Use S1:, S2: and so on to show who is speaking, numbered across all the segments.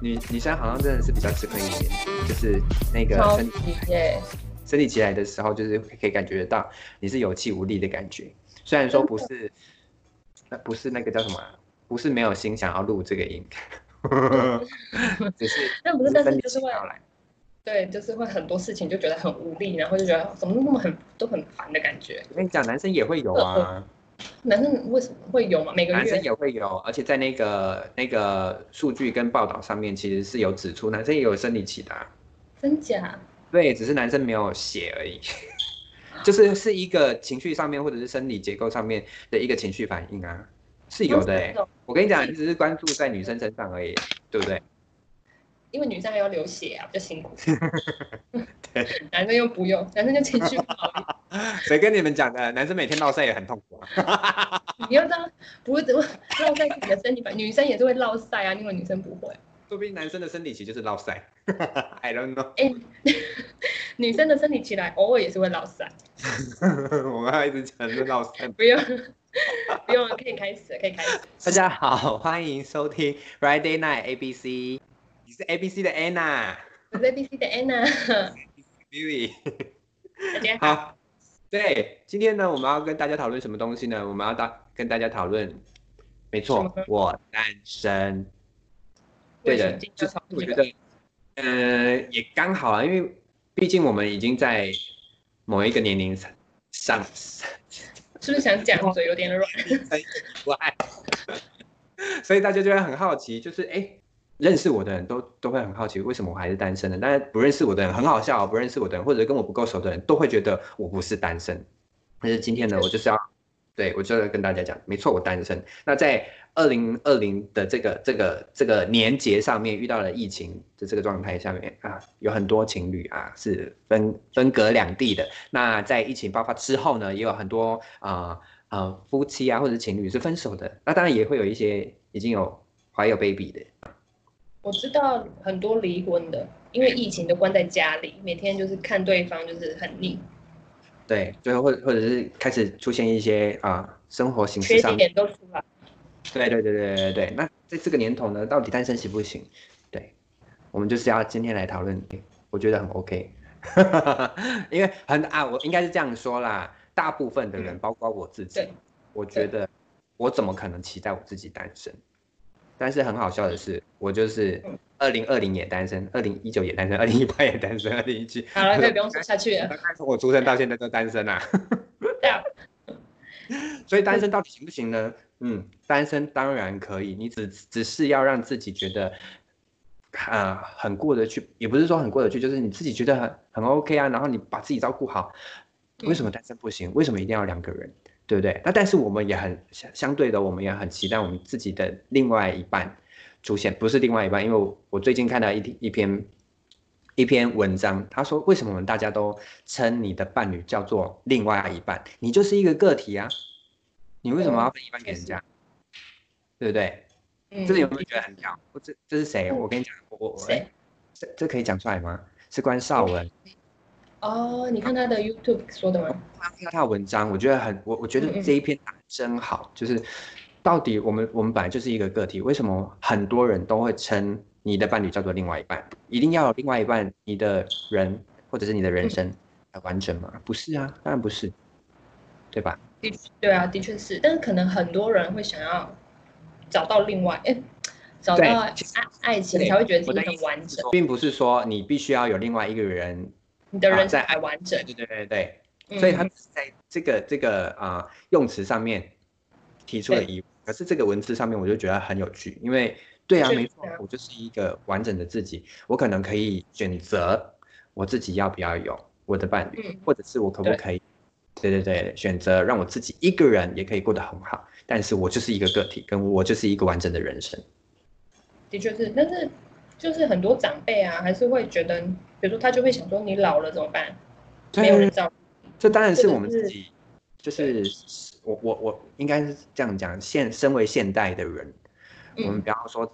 S1: 女女生好像真的是比较吃亏一点，就是那个
S2: 超
S1: 身
S2: 级
S1: 体
S2: 耶，
S1: 身体起来的时候，就是可以感觉得到你是有气无力的感觉。虽然说不是，那不是那个叫什么啊、不是没有心想要录这个音， 只是
S2: 那不是，但
S1: 身
S2: 是
S1: 体
S2: 就是
S1: 起
S2: 会
S1: 不来。
S2: 对，就是会很多事情就觉得很无力，然后就觉得怎么那么很都很烦的感觉。
S1: 我跟你讲，男生也会有啊，
S2: 男生为什么会呃有吗？每个
S1: 男生
S2: 月
S1: 也会有，而且在那个那个数据跟报道上面，其实是有指出男生也有生理期的啊、
S2: 真假？
S1: 对，只是男生没有写而已， 就是是一个情绪上面或者是生理结构上面的一个情绪反应啊，是有的、欸
S2: 真。的哦
S1: 我跟你讲，你只是关注在女生身上而已，对不对？
S2: 因为女生还要流血啊，比较辛苦
S1: 对。
S2: 男生又不用，男生就情绪不好，
S1: 谁跟你们讲的？男生每天落晒也很痛苦啊。
S2: 你要这样，不是落在自己的身体吧？女生也是会落晒啊，因为女生不会。。
S1: 说不定男生的生理期就是落 晒，I don't know
S2: 女生的身体起来偶尔也是会落晒，
S1: 我们要一直讲是落晒。
S2: 不用不用，可以开始了，可以开始。
S1: 大家好，欢迎收听 Friday Night ABC，你是 ABC 的 Anna，Billy。
S2: 我是 ABC 的 Anna，大家 好。
S1: 好，对，今天呢，我们要跟大家讨论什么东西呢？我们要大跟大家讨论，没
S2: 什
S1: 错
S2: 么，
S1: 我单身。对的，
S2: 就
S1: 就是我觉得，呃，也刚好啊，因为毕竟我们已经在某一个年龄上上
S2: 是不是想讲嘴有点软？
S1: 外，所以大家就会很好奇，就是哎。诶认识我的人都都会很好奇，为什么我还是单身呢？但是不认识我的人很好笑哦，不认识我的人或者跟我不够熟的人都会觉得我不是单身。但是今天呢，我就是要，对我就要跟大家讲，没错，我单身。那在二零二零的这个这个这个年节上面遇到了疫情的这个状态下面啊，有很多情侣啊是分分隔两地的。那在疫情爆发之后呢，也有很多啊呃夫妻啊或者情侣是分手的。那当然也会有一些已经有怀有 baby 的。
S2: 我知道很多离婚的，因为疫情都关在家里，每天就是看对方，就是很腻，
S1: 对，最后或或者是开始出现一些啊、生活形式
S2: 缺
S1: 上，
S2: 点都出 来。
S1: 对对对对对对。那在这个年头呢，到底单身行不行？对，我们就是要今天来讨论，我觉得很 OK，因为很啊，我应该是这样说啦，大部分的人，包括我自己
S2: 嗯对，
S1: 我觉得我怎么可能期待我自己单身？但是很好笑的是，我就是
S2: 嗯
S1: 二零二零也单身，二零一九也单身，二零一八也单身，二零一七，
S2: 好了，可以不用说下去了。
S1: 大概从我出生到现在都单身啊。
S2: 大
S1: 所以单身到底行不行呢？嗯，单身当然可以，你只只是要让自己觉得，啊、很过得去，也不是说很过得去，就是你自己觉得很很 OK 啊，然后你把自己照顾好。
S2: 嗯
S1: 为什么单身不行？为什么一定要两个人？对不对？那但是我们也很相相对的，我们也很期待我们自己的另外一半出现，不是另外一半，因为我我最近看到一篇一篇一篇文章，他说为什么我们大家都称你的伴侣叫做另外一半？你就是一个个体啊，你为什么要分一半给人家？对不对？
S2: 嗯，
S1: 这有没有觉得很屌？我这这是谁？我跟你讲，我我我，
S2: 谁
S1: 哎这这可以讲出来吗？是关少文，
S2: 哦，你看他的 YouTube 说的吗？
S1: 他看到他的文章，我觉得很，我我觉
S2: 嗯
S1: 得
S2: 嗯
S1: 这一篇打得真好，就是到底我们我们本来就是一个个体，为什么很多人都会称你的伴侣叫做另外一半？一定要有另外一半，你的人或者是你的人
S2: 嗯
S1: 生才完整吗？不是啊，当然不是，对吧？
S2: 的确，对啊，的确是，但是可能很多人会想要找到另外，哎，找到
S1: 对
S2: 爱
S1: 其实
S2: 爱情
S1: 对
S2: 才会觉得自
S1: 我的
S2: 己
S1: 意
S2: 很
S1: 思
S2: 完
S1: 是
S2: 整，
S1: 说并不是说你必须要有另外一个人，
S2: 你的
S1: 啊
S2: 人
S1: 在
S2: 生才完整
S1: 对。对对对对，所以他
S2: 嗯
S1: 只是在这个这个啊、呃用词上面提出了疑问，可是这个文字上面我就觉得很有趣，因为对啊，
S2: 确实
S1: 没错
S2: 啊，
S1: 我就是一个完整的自己，我可能可以选择我自己要不要有我的伴侣，
S2: 嗯
S1: 或者是我可不
S2: 对
S1: 可以，对对对，选择让我自己一个人也可以过得很好，但是我就是一个个体，跟我就是一个完整的人生。
S2: 的确是，但是就是很多长辈啊，还是会觉得，比如说他就会想说，你老了怎么办？没有人照顾。
S1: 这当然
S2: 或
S1: 是
S2: 者
S1: 我们自
S2: 是
S1: 己，就是我我我应该是这样讲，现身为现代的人，
S2: 嗯
S1: 我们不要说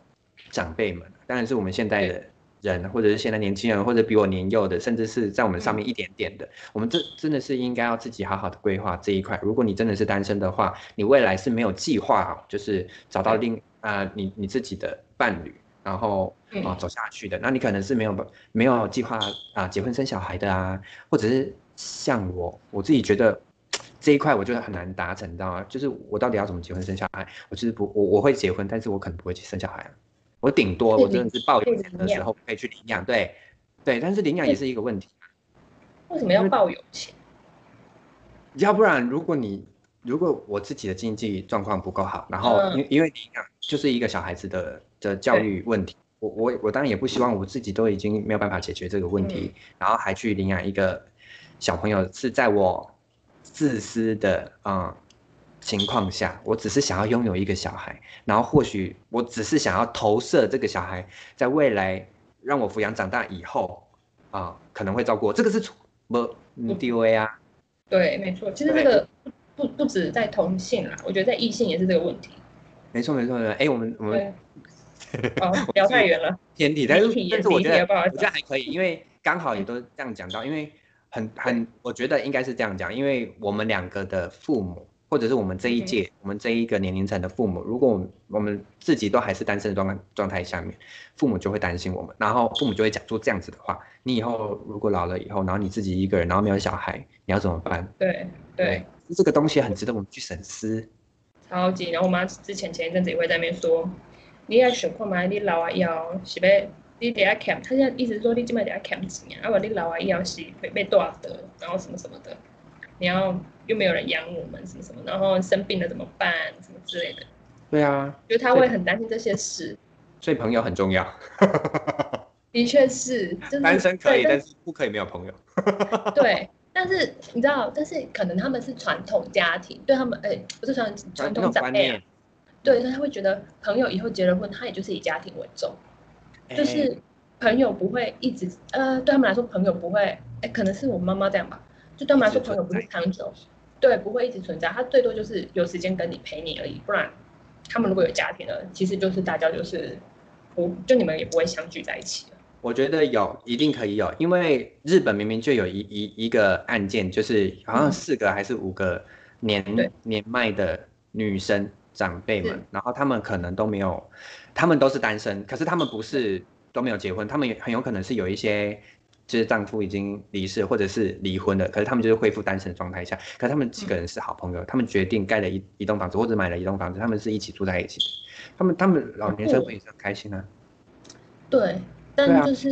S1: 长辈们，当然是我们现代的人，或者是现在年轻人，或者比我年幼的，甚至是在我们上
S2: 嗯
S1: 面一点点的，我们这真的是应该要自己好好的规划这一块。如果你真的是单身的话，哦呃你未来是没有计划好，就是找到另啊、你你自己的伴侣。然后
S2: 嗯
S1: 啊、走下去的。那你可能是没有没有计划啊结婚生小孩的啊，或者是像我我自己觉得这一块我觉得很难达成到啊，就是我到底要怎么结婚生小孩？我就是不我我会结婚，但是我可能不会去生小孩啊。我顶多
S2: 可以
S1: 我真的是抱有钱的
S2: 领
S1: 时候可以去领养，对对，但是领养也是一个问题。
S2: 为什么要抱有钱？
S1: 要不然，如果你如果我自己的经济状况不够好，然后
S2: 嗯
S1: 因、因为你讲就是一个小孩子的的教育问题，我我我当然也不希望我自己都已经没有办法解决这个问题，然后还去领养一个小朋友，是在我自私的嗯情况下，我只是想要拥有一个小孩，然后或许我只是想要投射这个小孩在未来让我抚养长大以后啊、可能会照顾我，这个是错不嗯 DOA 啊。
S2: 对，没错，其实这个不不止在同性啦，我觉得在异性也是这个问题。
S1: 没错没错没错，哎、我们我们
S2: 对， 哦，聊太远了，
S1: 偏题，但
S2: 离
S1: 是
S2: 题也
S1: 但是我
S2: 离
S1: 觉
S2: 题也
S1: 得
S2: 不好意
S1: 我
S2: 思
S1: 觉得。还可以，因为刚好也都这样讲到，因为很很，我觉得应该是这样讲，因为我们两个的父母，或者是我们这一
S2: 嗯
S1: 届、我们这一个年龄层的父母，如果我们我们自己都还是单身的状状态下面，父母就会担心我们，然后父母就会讲出这样子的话：你以后如果老了以后，然后你自己一个人，然后没有小孩，你要怎么办？
S2: 对对，，
S1: 这个东西很值得我们去审思。
S2: 超级。然后我妈之前前一阵子也会在那边说，你要想看嘛，你老啊要是要你得要欠，她现在一直说你今麦得要欠钱啊，要不然你老啊要是会被多少的，然后什么什么的，你要又没有人养我们什么什么，然后生病了怎么办，什么之类的，
S1: 对啊，
S2: 就她会很担心这些事。
S1: 所以朋友很重要，
S2: 的确是，就是
S1: 单身可以，
S2: 嗯对但
S1: 但是不可以没有朋友。
S2: 对，但是你知道，但是可能他们是传统家庭，对他们，哎、不是传传
S1: 啊那
S2: 统
S1: 种
S2: 长
S1: 观
S2: 辈啊、
S1: 念，嗯
S2: 对，所以他会觉得朋友以后结了婚，他也就是以家庭为重，
S1: 哎
S2: 就是朋友不会一直，呃，对他们来说，朋友不会，哎、可能是我妈妈这样吧，就对他们来说，
S1: 一直
S2: 朋友不是
S1: 存在
S2: 长久，对，不会一直存在，他最多就是有时间跟你陪你而已，不然他们如果有家庭了，其实就是大家就是不，就你们也不会相聚在一起了，
S1: 我觉得有，一定可以有，因为日本明明就有一一一个案件，就是好像
S2: 嗯
S1: 四个还是五个年、
S2: 对
S1: 年迈的女生长辈们
S2: 是，
S1: 然后她们可能都没有，她们都是单身，可是她们不是都没有结婚，她们也很有可能是有一些。就是丈夫已经离世，或者是离婚了，可是她们就是恢复单身的状态下，可是她们几个人是好朋
S2: 嗯
S1: 友，她们决定盖了一一栋房子，或者买了一栋房子，她们是一起住在一起的，她们她们老
S2: 哦
S1: 年生活也是很开心啊。
S2: 对，
S1: 对
S2: 但
S1: 啊
S2: 就是。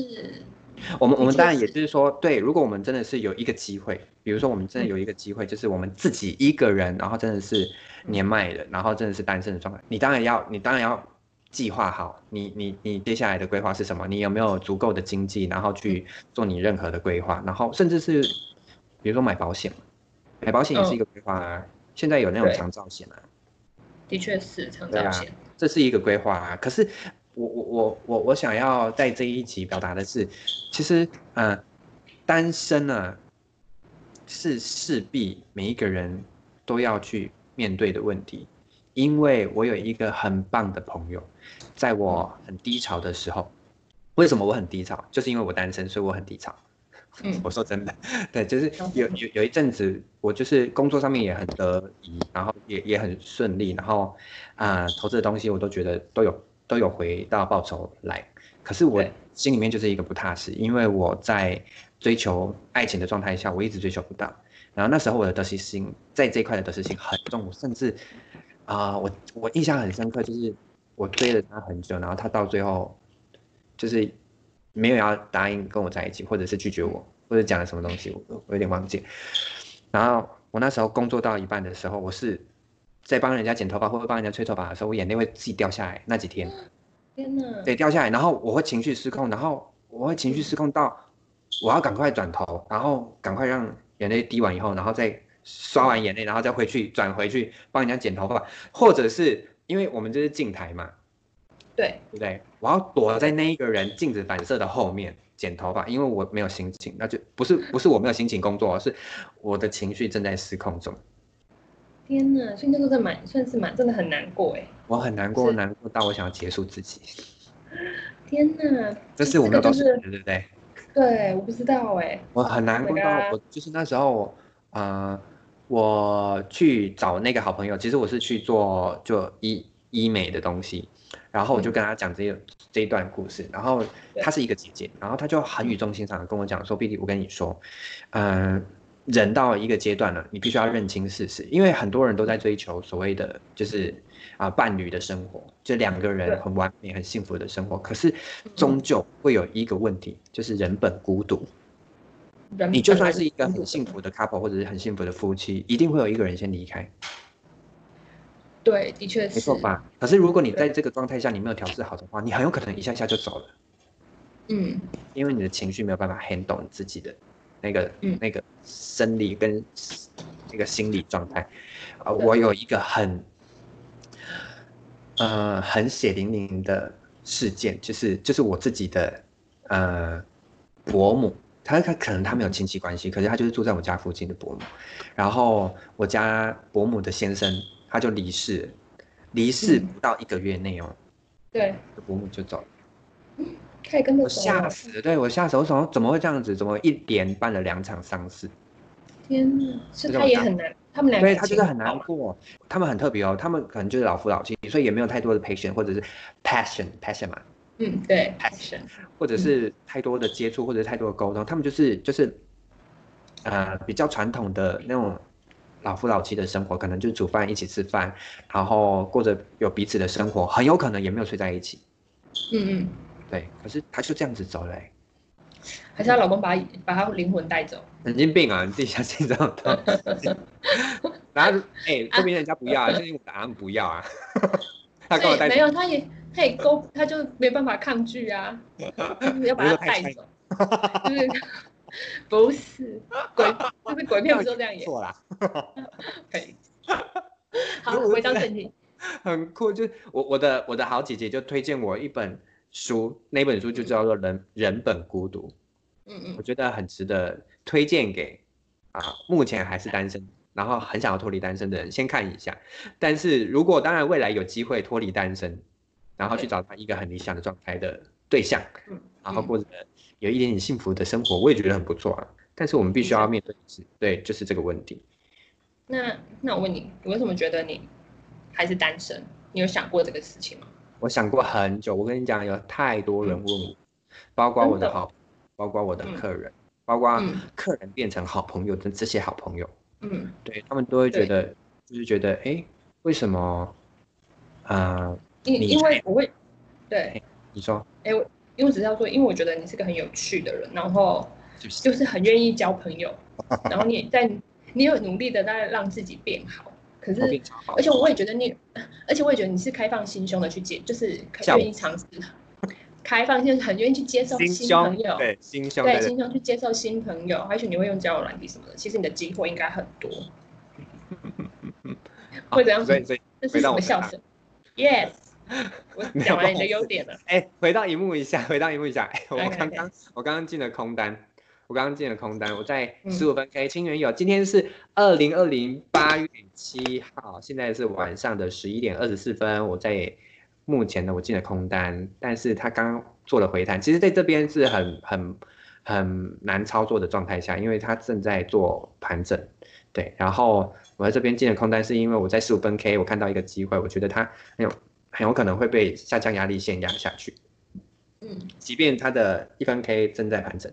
S1: 我们
S2: 的
S1: 我们
S2: 确
S1: 当然
S2: 是
S1: 也就是说，对，如果我们真的是有一个机会，比如说我们真的有一个机会，就是我们自己一个人，然后真的是年迈了，然后真的是单身的状态，你当然要你当然要计划好你你你接下来的规划是什么，你有没有足够的经济，然后去做你任何的规划，然后甚至是比如说买保险嘛，买保险也是一个规划啊，现在有那种
S2: 对
S1: 长照险啊，
S2: 的确是长
S1: 对
S2: 照
S1: 啊
S2: 险，
S1: 这是一个规划啊。可是我我我我我想要在这一集表达的是，其实呃，单身啊是势必每一个人都要去面对的问题，因为我有一个很棒的朋友，在我很低潮的时候。为什么我很低潮？就是因为我单身，所以我很低潮。
S2: 嗯
S1: 我说真的，对，就是
S2: 嗯
S1: 有有有一阵子，我就是工作上面也很得意，然后也也很顺利，然后啊、投资的东西我都觉得都有都有回到报酬来，可是我
S2: 对
S1: 心里面就是一个不踏实，因为我在追求爱情的状态下，我一直追求不到。然后那时候我的得失心在这一块的得失心很重，我甚至啊、我我印象很深刻，就是我追了他很久，然后他到最后就是没有要答应跟我在一起，或者是拒绝我，或者讲了什么东西，我我有点忘记。然后我那时候工作到一半的时候，我是在帮人家剪头发或者帮人家吹头发的时候，我眼泪会自己掉下来。那几天，
S2: 天哪！
S1: 对，掉下来，然后我会情绪失控，然后我会情绪失控到我要赶快转头，然后赶快让眼泪滴完以后，然后再刷完眼泪，然后再回去转回去帮人家剪头发，或者是因为我们这是镜台嘛，
S2: 对，
S1: 对不对？我要躲在那一个人镜子反射的后面剪头发，因为我没有心情，那就不是不是我没有心情工作，是我的情绪正在失控中，
S2: 天哪！所以那时候在蛮算是蛮真的很难过哎，
S1: 我很难过，
S2: 是
S1: 难过到我想要结束自己，
S2: 天哪！
S1: 这是我
S2: 这
S1: 们
S2: 个
S1: 都
S2: 就是是
S1: 对不对？
S2: 对，我不知道哎，
S1: 我很难
S2: Oh
S1: 过
S2: my
S1: 到
S2: god
S1: 我就是那时候，呃，我去找那个好朋友，其实我是去做就医医美的东西，然后我就跟他讲这个这一段故事，然后她是一个姐姐，然后她就很语重心长的跟我讲说，B D，我跟你说，嗯、人到一个阶段了，你必须要认清事实，因为很多人都在追求所谓的就是啊、伴侣的生活，就两个人
S2: 对
S1: 很完美、很幸福的生活，可是
S2: 嗯
S1: 终究会有一个问题，就是人本孤独。
S2: 人
S1: 你就
S2: 本来
S1: 算是一个很幸福的 couple 或者是很幸福的夫妻，一定会有一个人先离开，
S2: 对，的确是
S1: 没错吧？可是如果你在这个状态下你没有调试好的话，你很有可能一下下就走了，
S2: 嗯，
S1: 因为你的情绪没有办法 handle 你自己的那个、
S2: 嗯
S1: 那个生理跟 s- 那个心理状态。啊、
S2: 对
S1: 我有一个很呃很血淋淋的事件，就是就是我自己的呃伯母，她她可能她
S2: 嗯
S1: 没有亲戚关系，可是她就是住在我家附近的伯母。然后我家伯母的先生他就离世了，离世
S2: 嗯
S1: 不到一个月内哦，
S2: 对，
S1: 伯母就走了，
S2: 他也跟着
S1: 我
S2: 走了
S1: 吓，死了，对我吓死了，我怎么怎么会这样子？怎么一连办了两场丧事？
S2: 天哪，是
S1: 这
S2: 他
S1: 种
S2: 也
S1: 感
S2: 很难，他们两个
S1: 对他就是
S2: 情
S1: 很
S2: 好
S1: 难
S2: 嘛
S1: 过，他们很特别哦，他们可能就是老夫老妻，所以也没有太多的 patience 或者是 passion passion 嘛，
S2: 嗯，对，
S1: 哎
S2: 是，
S1: 或者是太多的接触或者是太多的沟通，他们就是就是呃比较传统的那种老夫老妻的生活，可能就煮饭一起吃饭，然后过着有彼此的生活，很有可能也没有睡在一起。
S2: 嗯嗯，
S1: 对，可是他就这样子走了欸、
S2: 还是她老公把她把她灵魂带走，
S1: 神经病啊！你自己相信这种东西，然后哎、欸，说明人家不要啊，就是我答案不要 啊，他干嘛带
S2: 对，没有，他也他也勾，他就没办法抗拒 啊，就是要把他带走，就是 不是鬼，就是鬼片不都这样演？
S1: 错啦？
S2: 可以。好，
S1: 如果
S2: 回到正题，
S1: 很酷，就是我我的我的好姐姐就推荐我一本书，那本书就叫做《人人本孤独》，
S2: 嗯嗯
S1: 我，觉得很值得推荐给啊，目前还是单身，然后很想要脱离单身的人先看一下。但是如果当然未来有机会脱离单身，然后去
S2: 对
S1: 找到一个很理想的状态的对象
S2: 嗯，
S1: 然后
S2: 嗯
S1: 过着有一点点幸福的生活，我也觉得很不错啊。但是我们必须要
S2: 没
S1: 面
S2: 错
S1: 对的是，对，就是这个问题。
S2: 那那我问你，你为什么觉得你还是单身？你有想过这个事情吗？
S1: 我想过很久，我跟你讲，有太多人问我，包括我的
S2: 嗯真的
S1: 好，包括我的
S2: 嗯
S1: 客人，包括
S2: 嗯
S1: 客人变成好朋友的这些好朋友，
S2: 嗯，
S1: 对他们都会觉得，就是觉得，哎、为什么？呃，
S2: 因
S1: 你
S2: 因为我会，对，
S1: 你说
S2: 哎，我因为我只是要说，因为我觉得你是个很有趣的人，然后
S1: 是不是？
S2: 就是很愿意交朋 友，然后你也在你有努力的在让自己变好，可
S1: 我
S2: 是
S1: 变超好
S2: 而且我也觉得你，而且我也觉得你是开放心胸的去接，就是
S1: 像我
S2: 愿意尝试，开放性很愿意去接受新朋友，
S1: 对心胸
S2: 对，
S1: 对对
S2: 心胸去接受新朋友，而且你会用交友软体什么的，其实你的机会应该很多。
S1: 好
S2: 会怎样
S1: 所以所以
S2: 这是什么笑声？Yes，我
S1: 没有
S2: 讲
S1: 不好
S2: 完你的
S1: 意思
S2: 优点了。
S1: 哎、回到荧幕一下，回到荧幕一下。哎 我
S2: 来来
S1: 刚
S2: 来
S1: 刚我刚刚进了空单，我刚刚进了空单，我在
S2: 嗯
S1: 十五分 K 亲缘友，今天是二零二零八月七号，现在是晚上的十一点二十四分，我在目前呢我进了空单，但是他刚刚做了回弹，其实在这边是很很很难操作的状态下，因为他正在做盘整，对，然后我在这边进了空单，是因为我在十五分 K 我看到一个机会，我觉得它很有很有可能会被下降压力线压下去。
S2: 嗯，
S1: 即便它的一分 K 正在盘整，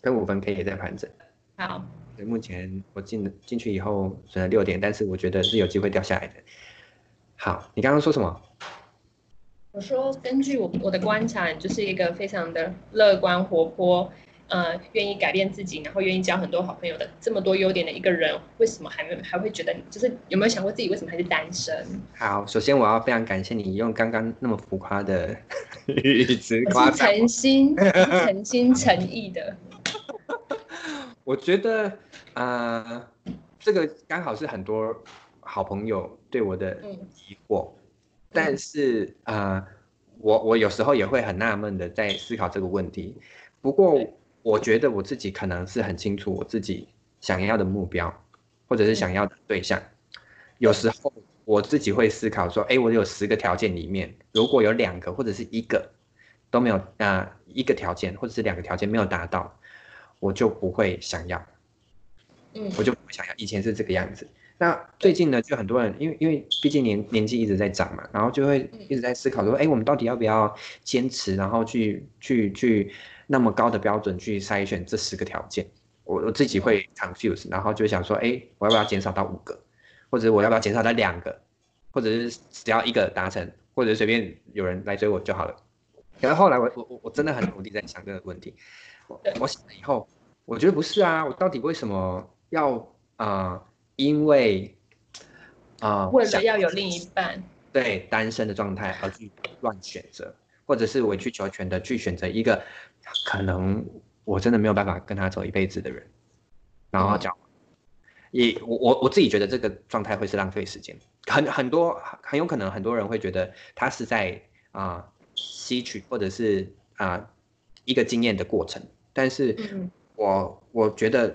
S1: 跟五分 K 也在盘整。
S2: 好，
S1: 对，目前我进进去以后损了六点，但是我觉得是有机会掉下来的。好，你刚刚说什么？
S2: 我说根据我我的观察，你就是一个非常的乐观活泼。呃，愿意改变自己，然后愿意交很多好朋友的这么多优点的一个人，为什么还没有还会觉得你就是有没有想过自己为什么还是单身？
S1: 好，首先我要非常感谢你用刚刚那么浮夸 的语词夸
S2: 我是
S1: 赞 我
S2: 诚心、我是诚心诚意的。
S1: 我觉得，呃，这个刚好是很多好朋友对我的
S2: 嗯
S1: 疑惑，但是呃，我我有时候也会很纳闷的在思考这个问题。不过
S2: 对，
S1: 我觉得我自己可能是很清楚我自己想要的目标，或者是想要的对象。有时候我自己会思考说，哎，我有十个条件里面，如果有两个或者是一个都没有，呃，一个条件或者是两个条件没有达到，我就不会想要。
S2: 嗯，
S1: 我就不想要。以前是这个样子，那最近呢，就很多人，因为因为毕竟年年纪一直在长嘛，然后就会一直在思考说，哎、我们到底要不要坚持，然后去去去那么高的标准去筛选这十个条件？我我自己会 confuse，然后就想说，哎、我要不要减少到五个，或者我要不要减少到两个，或者是只要一个达成，或者是随便有人来追我就好了。可是后来我我我我真的很努力在想这个问题，我
S2: 对
S1: 我想了以后，我觉得不是啊，我到底为什么要啊、呃因为啊、呃
S2: 为
S1: 想
S2: 了要有另一半，
S1: 对单身的状态而去乱选择，或者是委曲求全的去选择一个可能我真的没有办法跟他走一辈子的人，然后
S2: 嗯
S1: 交往。也我我我自己觉得这个状态会是浪费时间，很很多很有可能很多人会觉得他是在啊、吸取或者是啊、一个经验的过程，但是
S2: 嗯，
S1: 我我觉得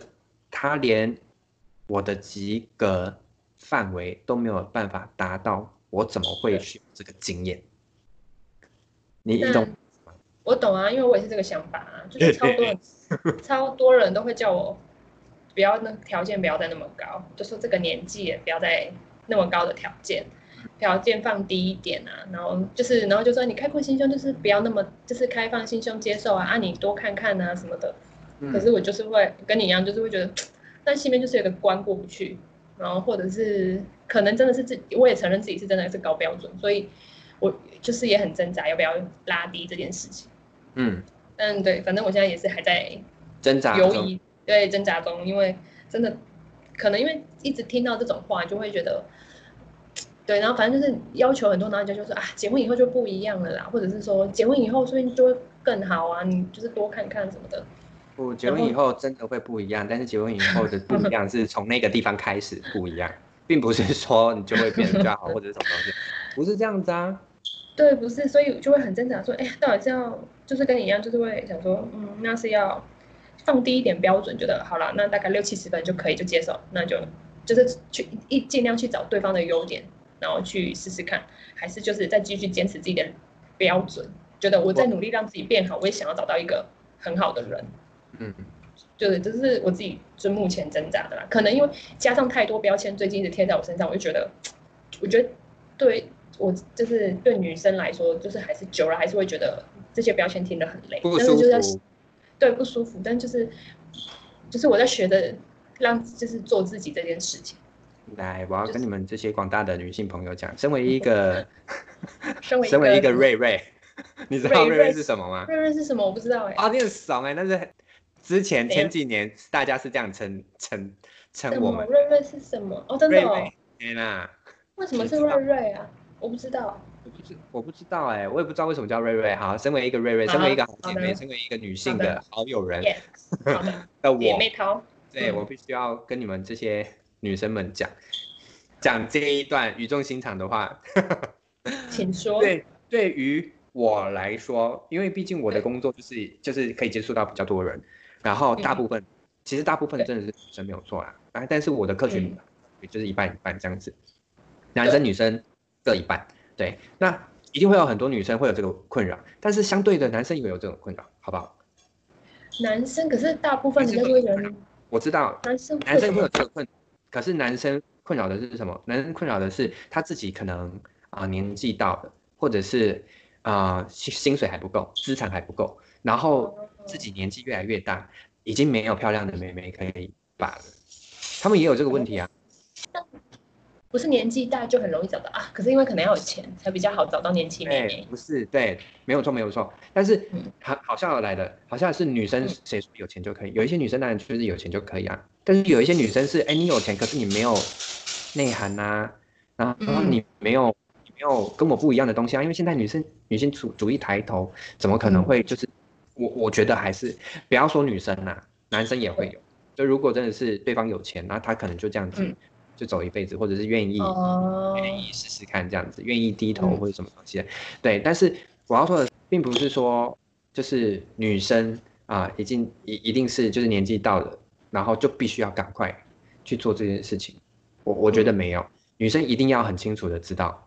S1: 他连我的及格范围都没有办法达到，我怎么会去有这个经验？你你
S2: 但
S1: 懂？
S2: 我懂啊，因为我也是这个想法啊，就是超多人， 超多人都会叫我不要那条件不要再那么高，就说这个年纪也不要再那么高的条件，条件放低一点啊，然后就是然后就说你开阔心胸，就是不要那么就是开放心胸接受啊，啊你多看看啊什么的。
S1: 嗯
S2: 可是我就是会跟你一样，就是会觉得，但心里面就是有一个关过不去，然后或者是可能真的是自己，我也承认自己是真的是高标准，所以我就是也很挣扎要不要拉低这件事情。
S1: 嗯，
S2: 但对，反正我现在也是还在
S1: 挣扎
S2: 犹
S1: 中，
S2: 疑，对挣扎中，因为真的可能因为一直听到这种话，就会觉得，对，然后反正就是要求很多，然后人家就说啊，结婚以后就不一样了啦，或者是说结婚以后说不定就会更好啊，你就是多看看什么的。
S1: 我结婚以后真的会不一样，但是结婚以后的不一样 是从那个地方开始不一样，并不是说你就会变得比较好或者是什么东西，不是这样子啊。
S2: 对，不是，所以我就会很挣扎，说，哎，到底是要，就是跟你一样，就是会想说，嗯，那是要放低一点标准，觉得好了，那大概六七十分就可以就接受，那就就是去一尽量去找对方的优点，然后去试试看，还是就是再继续坚持自己的标准，觉得我在努力让自己变好，我也想要找到一个很好的人，
S1: 嗯，
S2: 对，这是我自己就目前挣扎的啦。可能因为加上太多标签，最近一直贴在我身上，我就觉得，我觉得对我就是对女生来说，就是还是久了还是会觉得这些标签听得很累，
S1: 不
S2: 但是
S1: 舒
S2: 就是要
S1: 服。
S2: 对不舒服，但就是就是我在学着让就是做自己这件事情。
S1: 来，我要
S2: 就
S1: 跟你们这些广大的女性朋友讲，身为
S2: 嗯
S1: 一个
S2: 身为
S1: 身为一个瑞瑞， 你知道
S2: 瑞
S1: 瑞
S2: 瑞
S1: 瑞是什么吗？
S2: 瑞瑞是什么？我不知道哎、
S1: 啊，你很怂哎、但是之前
S2: 怎
S1: 前
S2: 样
S1: 几年大家是这样称称
S2: 什
S1: 称我
S2: 么
S1: 们
S2: 瑞瑞是什么？哦，真的
S1: 瑞
S2: 哦，
S1: 瑞天呐，
S2: 为什么
S1: 你
S2: 是
S1: 知道
S2: 瑞瑞啊？我不知道。
S1: 我不知我不知道哎、我也不知道为什么叫瑞瑞。好，身为一个瑞瑞，身为一个好
S2: 好
S1: 姐
S2: 的
S1: 妹，身为一个女性
S2: 好的
S1: 的好友人
S2: Yes，好的，
S1: 的
S2: 姐
S1: 我，
S2: 妹淘，
S1: 对我必须要跟你们这些女生们讲讲这一段语重心长的话。
S2: 请说。
S1: 对，对于我来说，因为毕竟我的
S2: 对
S1: 工作就是就是可以接触到比较多人，然后大部分、其实大部分
S2: 嗯对
S1: 真的是女生没有错啦，啊，但是我的客群
S2: 嗯
S1: 也就是一半一半这样子，男生女生各一半。对，那一定会有很多女生会有这个困扰，但是相对的男生也有这种困扰，好不好？
S2: 男生可是大部分人家都会觉得
S1: 我知道
S2: 男生
S1: 男生
S2: 会
S1: 会有这个困，可是男生困扰的是什么？男生困扰的是他自己可能啊、年纪到了，或者是啊、薪薪水还不够，资产还不够，然后自己年纪越来越大，已经没有漂亮的妹妹可以把了。他们也有这个问题啊，
S2: 不是年纪大就很容易找到啊，可是因为可能要有钱才比较好找到年轻妹
S1: 对
S2: 妹，。
S1: 哎不是对，没有错，没有错。但是
S2: 嗯
S1: 好好笑的来的，好像是女生
S2: 嗯
S1: 谁说有钱就可以，有一些女生当然就是有钱就可以啊，但是有一些女生是，哎，你有钱，可是你没有内涵呐、然后然后
S2: 嗯
S1: 你没有、你没有跟我不一样的东西啊，因为现在女生女性主主义抬头，怎么可能
S2: 嗯
S1: 会就是、我我觉得还是不要说女生啦、男生也会有。就如果真的是对方有钱，那他可能就这样子、
S2: 嗯
S1: 就走一辈子，或者是愿意、
S2: 哦，
S1: 愿意试试看这样子，愿意低头
S2: 嗯
S1: 或者什么东西的。对，但是我要说的并不是说就是女生啊、已经一一定是就是年纪到了，然后就必须要赶快去做这件事情。我我
S2: 嗯
S1: 觉得没有，女生一定要很清楚的知道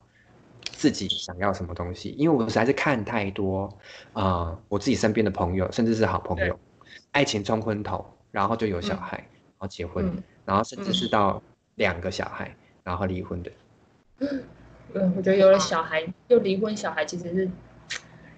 S1: 自己想要什么东西，因为我实在是看太多啊、我自己身边的朋友，甚至是好朋友，爱情冲昏头，然后就有小
S2: 嗯
S1: 孩，然后结婚，
S2: 嗯
S1: 然后甚至是到两个小孩，然后离婚的。
S2: 嗯，我觉得有了小孩又离婚，小孩其实是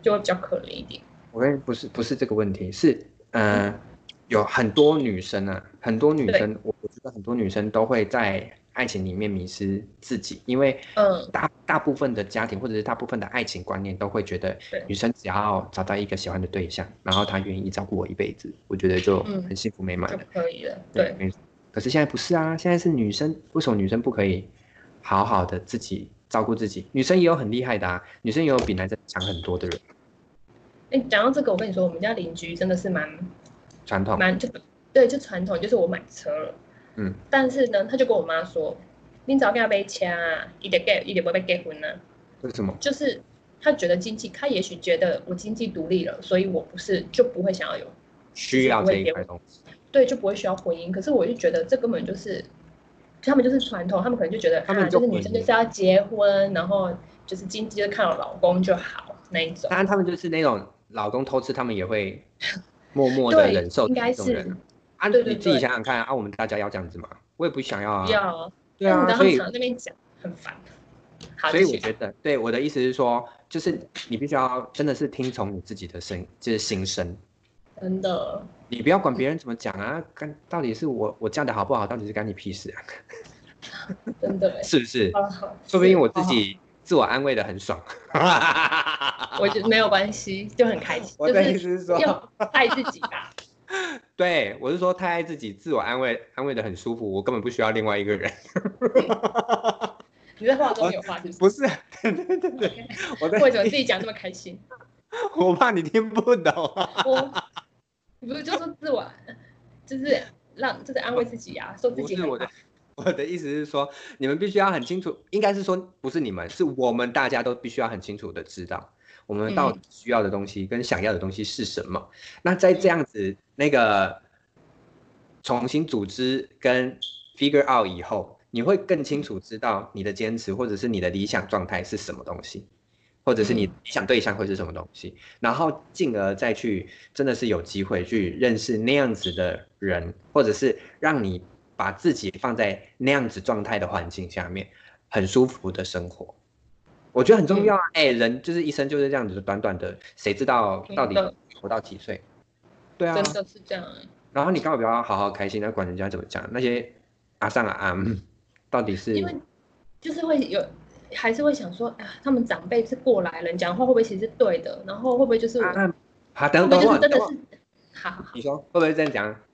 S2: 就会比较可怜一点。
S1: 我跟你不是不是这个问题，是嗯、呃有很多女生啊，很多女生，我我觉得很多女生都会在爱情里面迷失自己，因为
S2: 嗯，
S1: 大大部分的家庭或者是大部分的爱情观念都会觉得
S2: 对，
S1: 女生只要找到一个喜欢的对象，然后她愿意照顾我一辈子，我觉得就
S2: 嗯
S1: 很幸福美满
S2: 就
S1: 了。
S2: 可以了。对，
S1: 没错。可是现在不是啊，现在是女生，为什么女生不可以好好的自己照顾自己？女生也有很厉害的啊，女生也有比男生强很多的人，
S2: 哎、讲到这个，我跟你说，我们家邻居真的是蛮
S1: 传统。
S2: 蛮就对，就传统，就是我买车了，
S1: 嗯，
S2: 但是呢，他就跟我妈说，你早跟他被掐啊，一点 get 一点不被结婚啊，
S1: 为什么？
S2: 就是他觉得经济，他也许觉得我经济独立了，所以我不是就不会想要有
S1: 需要这一块东西。
S2: 对，就不会需要婚姻。可是我就觉得这根本就是，他们就是传统，他们可能就觉得
S1: 他们
S2: 啊，
S1: 就
S2: 就是
S1: 混
S2: 女生就
S1: 音
S2: 是要结婚，然后就是经济就靠老公就好那一种
S1: 当。然，他们就是那种老公偷吃，他们也 会默默的
S2: 对
S1: 忍受
S2: 应
S1: 的
S2: 该
S1: 那种
S2: 是
S1: 人。啊，
S2: 对对
S1: 你自己
S2: 对
S1: 想想看啊，我们大家要这样子吗？我也不想要啊
S2: 不。要，
S1: 对
S2: 但是
S1: 啊，
S2: 当他
S1: 所
S2: 们
S1: 以
S2: 常那边讲，很烦。好，
S1: 所以
S2: 继
S1: 我
S2: 续
S1: 觉得，对我的意思是说，就是你必须要真的是听从你自己的声，就是心声。
S2: 真的，
S1: 你不要管别人怎么讲啊，干到底是我我嫁的好不好，到底是干你屁事啊，
S2: 真的哎。
S1: 是不是？
S2: 好了好了，
S1: 说不定我
S2: 好
S1: 自，己自我安慰的很爽。
S2: 好好我觉得没有关系，就很开心，
S1: 我
S2: 就
S1: 的意
S2: 是
S1: 思是说，
S2: 要爱自己吧。
S1: 对我是说太爱自己，自我安慰安慰的很舒服，我根本不需要另外一个人。
S2: 你在话中有话是不
S1: 不是，啊 对对对对，
S2: 是？
S1: 我 在
S2: 为什么自己讲这么开心？
S1: 我怕你听不懂啊。
S2: 我，你不是就说自我，就是让就是安慰自己啊，说自
S1: 不
S2: 己
S1: 是
S2: 很
S1: 我的
S2: 好，
S1: 我的意思是说，你们必须要很清楚，应该是说不是你们，是我们大家都必须要很清楚的知道，我们
S2: 嗯
S1: 到底需要的东西跟想要的东西是什么。那在这样子那个重新组织跟 figure out 以后，你会更清楚知道你的坚持或者是你的理想状态是什么东西，或者是你
S2: 嗯
S1: 理想对象会是什么东西。然后进而再去真的是有机会去认识那样子的人，或者是让你把自己放在那样子状态的环境下面，很舒服的生活。我觉得很重要啊！
S2: 嗯
S1: 哎、人就是一生就是这样子，短短的，谁知道到底
S2: 真的
S1: 活到几岁？对啊
S2: 真，的是这样欸。
S1: 然后你干嘛不要好好开心？那管人家怎么讲？那些阿上啊阿姆，到底是
S2: 因为就是会有，还是会想说，啊，他们长辈是过来人，讲话会不会其实是对的？然后会不会就是我，
S1: 啊？好，
S2: 会
S1: 等
S2: 不
S1: 等
S2: 会就
S1: 会
S2: 是
S1: 儿，
S2: 真的
S1: 等会儿，
S2: 是，好好好，
S1: 你说会不会这样讲？
S2: 会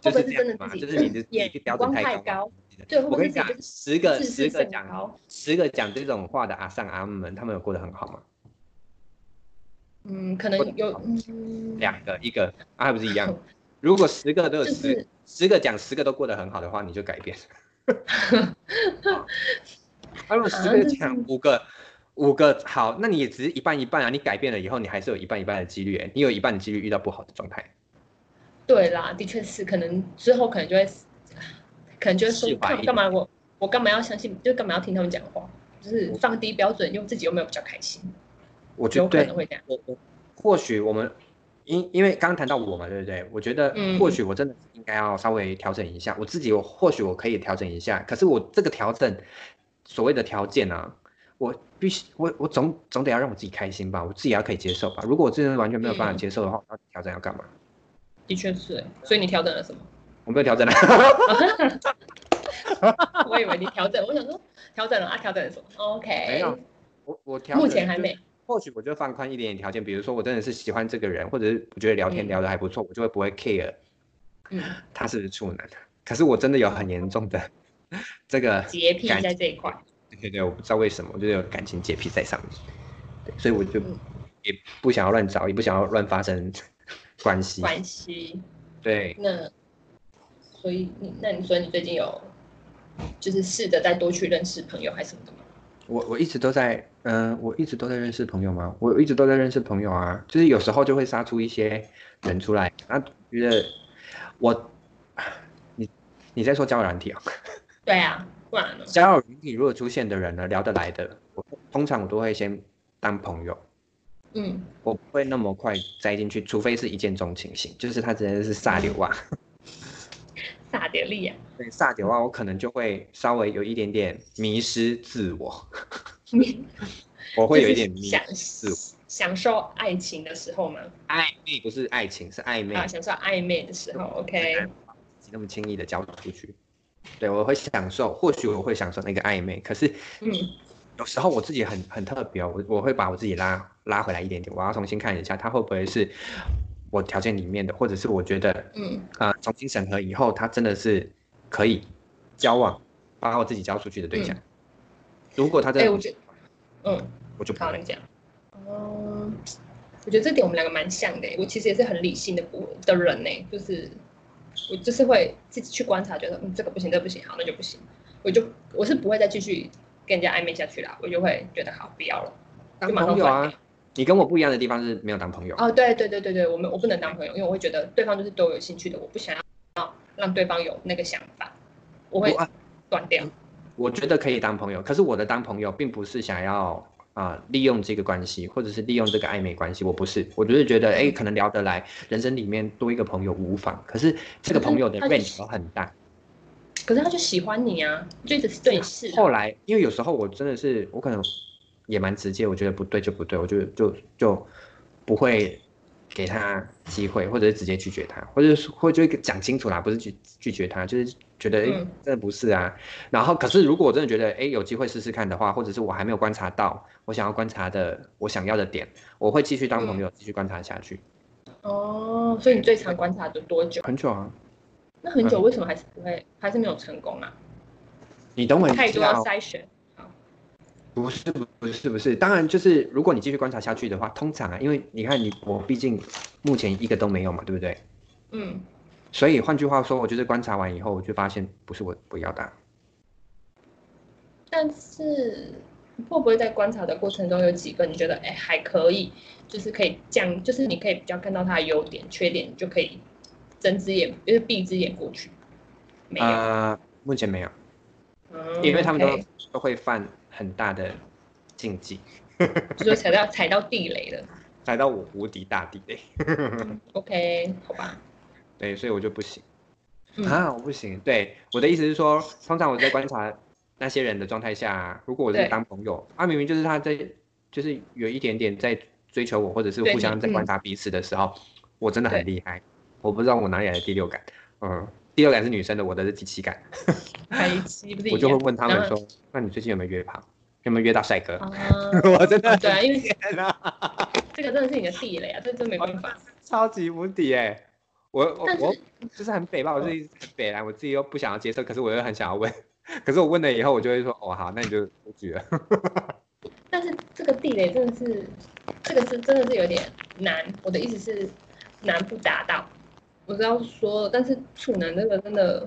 S1: 就
S2: 不会
S1: 是
S2: 是
S1: 这
S2: 真的
S1: 样嘛，
S2: 自己
S1: 就是你的你
S2: 眼
S1: 的标准
S2: 光
S1: 太
S2: 太
S1: 高
S2: 高
S1: 嘛。，
S2: 对，会不
S1: 我
S2: 会
S1: 跟
S2: 是
S1: 你讲
S2: 自己就，是
S1: 十个
S2: 自
S1: 十
S2: 视
S1: 个
S2: 甚
S1: 讲
S2: 高？
S1: 十个讲这种话的阿上阿姆们，他们有过得很好吗？
S2: 嗯，可能有，嗯，
S1: 两个一个啊，还不是一样？如果十个都有
S2: 就
S1: 十、
S2: 是
S1: 十个讲十个都过得很好的话，你就改 变。啊，如果十
S2: 啊
S1: 个
S2: 这
S1: 讲
S2: 是
S1: 五个五个好，那你也只是一半一半啊。你改变了以后，你还是有一半一半的几率欸，你有一半的几率遇到不好的状态。
S2: 对啦，的确是，可能之后可能就会，可能就会说
S1: 释，怀一
S2: 干
S1: 点
S2: 干嘛我我干嘛要相信，就干嘛要听他们讲话，就是放低标准，用自己有没有比较开心，
S1: 我觉
S2: 有
S1: 得
S2: 可
S1: 对
S2: 能会这样。
S1: 我我或许我们因因为刚刚谈到我嘛，对不对？我觉得
S2: 嗯
S1: 或许我真的应该要稍微调整一下我自己，我或许我可以调整一下，可是我这个调整所谓的条件啊，我必须我我总总得要让我自己开心吧，我自己要可以接受吧。如果我真的完全没有办法
S2: 嗯
S1: 接受的话，我要调整要干嘛？
S2: 的确是欸，所以你调整了什么？
S1: 我没有调整啊，
S2: 我以为你调整，我想说调整了啊，调整了 什么？OK，
S1: 没有，我我调
S2: 目
S1: 整
S2: 前还
S1: 就是
S2: 没。
S1: 或许我就放宽一点点条件，比如说我真的是喜欢这个人，或者是我觉得聊天
S2: 嗯
S1: 聊得还不错，我就会不会 care
S2: 嗯，
S1: 他是不是处男。可是我真的有很严重的 这个
S2: 洁癖
S1: 感
S2: 在这一块，
S1: 对对对，我不知道为什么，我就是有感情洁癖在上面，对，所以我就
S2: 嗯
S1: 也不想要乱找，也不想要乱发生 关系。
S2: 关系。
S1: 对，
S2: 那所以你，那你说你最近有就是试着再多去认识朋友还是什么的吗？
S1: 我我一直都在，嗯、我一直都在认识朋友嘛，我一直都在认识朋友啊，就是有时候就会杀出一些人出来，那觉得我，你你在说交友软体啊？
S2: 对啊，不然呢？
S1: 交友软体如果出现的人呢，聊得来的，我通常我都会先当朋友，
S2: 嗯，
S1: 我不会那么快栽进去，除非是一见钟情型，就是他真的是撒流啊。
S2: 撒点力啊，
S1: 对撒娇啊，我可能就会稍微有一点点迷失自我， 我会有一点迷
S2: 享
S1: 失自我。
S2: 享受爱情的时候嘛，
S1: 暧昧不是爱情，是暧昧，
S2: 啊，享受暧昧的时候，OK，
S1: 那么轻易的交出去。对，我会享受，或许我会享受那个暧昧，可是
S2: 嗯，
S1: 有时候我自己很很特别哦，我我会把我自己拉拉回来一点点，我要重新看一下，它会不会是我条件里面的，或者是我觉得
S2: 嗯，
S1: 啊、呃重新审核以后，它真的是可以交往，把我自己交出去的对象。如果他
S2: 嗯哎、
S1: 真的
S2: 我
S1: 不是，
S2: 觉得，嗯，
S1: 我就不
S2: 好，
S1: 会
S2: 你讲，嗯，我觉得这点我们两个蛮像的欸，我其实也是很理性的不的人呢，就是我就是会自己去观察，觉得嗯这个不行，这个不行，好那就不行，我就我是不会再继续跟人家暧昧下去啦，我就会觉得好不要了，
S1: 当
S2: 就马上
S1: 朋友
S2: 断
S1: 啊
S2: 掉。。
S1: 你跟我不一样的地方是没有当朋友，
S2: 哦，对对对对对，我们我不能当朋友，因为我会觉得对方就是对我有兴趣的，我不想要让对方有那个想法，我会
S1: 我啊
S2: 断掉。
S1: 我觉得可以当朋友，可是我的当朋友并不是想要啊、利用这个关系，或者是利用这个暧昧关系，我不是，我就是觉得哎、
S2: 嗯
S1: 可能聊得来，人生里面多一个朋友无妨，可是这个朋友的
S2: 可是他就
S1: range 都很大。
S2: 可是他就喜欢你啊，就一直对你是啊、
S1: 后来因为有时候我真的是我可能也蛮直接，我觉得不对就不对，我就就就不会给他机会，或者是直接拒绝他，或者是或者就讲清楚啦，不是拒拒绝他，就是觉得哎、诶
S2: 嗯
S1: 真的不是啊。然后可是如果我真的觉得哎、诶有机会试试看的话，或者是我还没有观察到我想要观察的我想要的点，我会继续当
S2: 嗯
S1: 朋友，继续观察下去。
S2: 哦，所以你最常观察的多久？
S1: 很久啊，
S2: 那很
S1: 嗯
S2: 久为什么还是不会，还是没有成功啊？
S1: 你等我一
S2: 太多
S1: 下哦
S2: 筛选，
S1: 不是不是不是，当然就是如果你继续观察下去的话，通常啊，因为你看你我毕竟目前一个都没有嘛，对不对？
S2: 嗯，
S1: 所以换句话说，我就是观察完以后，我就发现不是我我要的啊，
S2: 但是会不会在观察的过程中有几个你觉得哎还可以，就是可以降，就是你可以比较看到他的优点、缺点，你就可以睁只眼就是闭只眼过去，没有，
S1: 呃，目前没有，
S2: 嗯
S1: 因为他们都、
S2: OK，
S1: 都会犯很大的禁忌，
S2: 就是踩到踩到地雷了。
S1: 来到我无敌大地雷，嗯
S2: OK，好吧，
S1: 对，所以我就不行
S2: 嗯
S1: 啊，我不行。对，我的意思是说，通常我在观察那些人的状态下，如果我是
S2: 对
S1: 当朋友，啊，明明就是他在，就是有一点点在追求我，或者是
S2: 对
S1: 互相
S2: 你
S1: 在观
S2: 嗯
S1: 察彼此的时候，我真的很
S2: 对
S1: 厉害，我不知道我哪里来的第六感，嗯。第六感是女生的，我的是第七感。
S2: 还是不是一
S1: 我就会
S2: 样
S1: 问他们
S2: 然后
S1: 说：“那你最近有没有约炮？有没有约到帅哥？”
S2: 啊
S1: 我真的
S2: 对啊，因为
S1: 天哪
S2: 这个真的是你的地雷啊，这真没办法。
S1: 超级无敌哎、我我
S2: 但是
S1: 我就是很北吧，我自己很北啦，我自己又不想要接受，可是我又很想要问。 可是我问了以后，我就会说：“哦，好，那你就出局了。
S2: 但是这个地雷真的是，这个是真的是有点难。我的意思是难不达到，我知道说，但是处男这个真的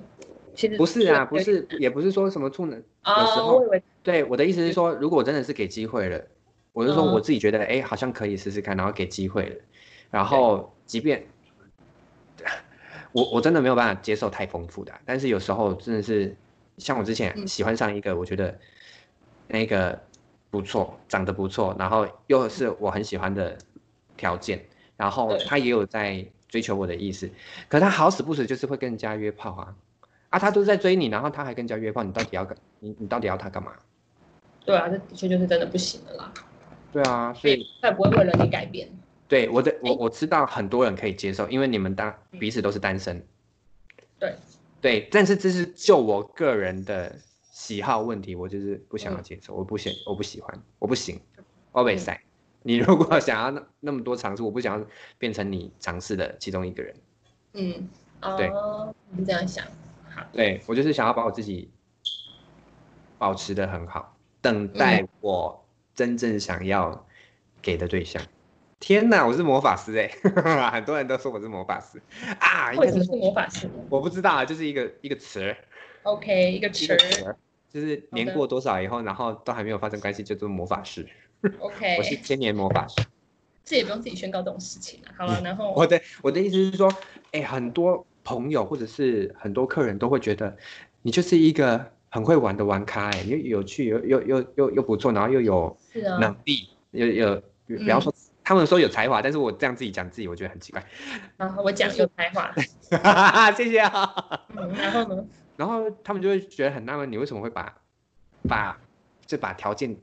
S2: 其”实
S1: 不是啊，不
S2: 有点
S1: 是，也不是说什么处男。
S2: 啊、
S1: 有时候
S2: 我以为
S1: 对，我的意思是说，如果真的是给机会了，我是说
S2: 嗯
S1: 我自己觉得，哎、好像可以试试看，然后给机会了，然后即便我我真的没有办法接受太丰富的啊、但是有时候真的是像我之前
S2: 嗯
S1: 喜欢上一个，我觉得那个不错，长得不错，然后又是我很喜欢的条件，然后
S2: 对
S1: 他也有在追求我的意思，可他好死不死就是会跟人家约炮啊。啊，他都在追你，然后他还跟人家约炮，你到底要干你你到底要他干嘛？
S2: 对啊，这的确就是真的不行了啦。哎
S1: 对啊，所以
S2: 他也不会为了你改变。
S1: 对我的我
S2: 哎
S1: 我知道很多人可以接受，因为你们当
S2: 嗯
S1: 彼此都是单身。
S2: 对
S1: 对，但是这是就我个人的喜好问题，我就是不想要
S2: 嗯
S1: 接受，我不喜我不喜欢，我不行，我被塞。 你如果想要那那么多尝试，我不想要变成你尝试的其中一个人。
S2: 嗯，
S1: 对
S2: 哦，你这样想，好，
S1: 对我就是想要把我自己保持的很好，等
S2: 嗯
S1: 待我真正想要给的对象。天哪，我是魔法师哎、欸！ 很多人都说我是魔法师啊，应
S2: 为
S1: 该是
S2: 什么
S1: 说
S2: 是魔法师
S1: 我不知道啊，就是一个一个词儿，
S2: ？OK，一个
S1: 一
S2: 词
S1: 个
S2: 儿
S1: 词儿，就是年
S2: 好的
S1: 过多少以后，然后都还没有发生关系，就做魔法师。我是
S2: ，OK，
S1: 千年魔法师。
S2: 这也不用自己宣告这种事情啊。好了，然后
S1: 嗯 我的我的意思是说，哎、很多朋友或者是很多客人都会觉得你就是一个很会玩的玩咖、哎，又有趣又又又又又不错，然后又有
S2: 是啊，
S1: 能力，又有不要说他们说有才华，但是我这样自己讲自己，我觉得很奇怪。
S2: 啊，我讲有才华，
S1: 谢谢啊。
S2: 嗯，然后 呢，
S1: 然后他们就会觉得很纳闷，你为什么会把把就把条件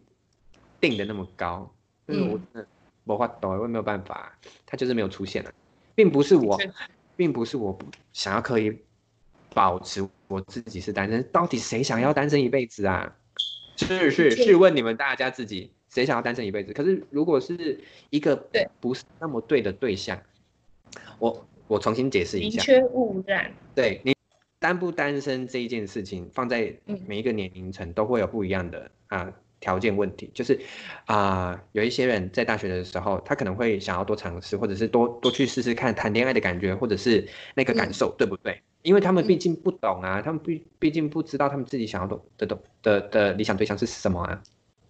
S1: 定的那么高？但是我真的没法懂，我也没有办法，他就是没有出现啊，并不是我
S2: 确实，
S1: 并不是我不想要刻意保持我自己是单身，到底谁想要单身一辈子啊？是是，
S2: 的确
S1: 试问你们大家自己，谁想要单身一辈子？可是如果是一个
S2: 对
S1: 不是那么对的对象，我我重新解释一
S2: 宁
S1: 下，
S2: 缺毋滥，
S1: 对你单不单身这一件事情，放在
S2: 嗯
S1: 每一个年龄层都会有不一样的啊条、件问题。就是啊、有一些人在大学的时候，他可能会想要多尝试，或者是多多去试试看谈恋爱的感觉，或者是那个感
S2: 嗯
S1: 受，对不对？因为他们毕
S2: 嗯
S1: 竟不懂啊，他们毕毕竟不知道他们自己想要的的的的的理想对象是什么啊。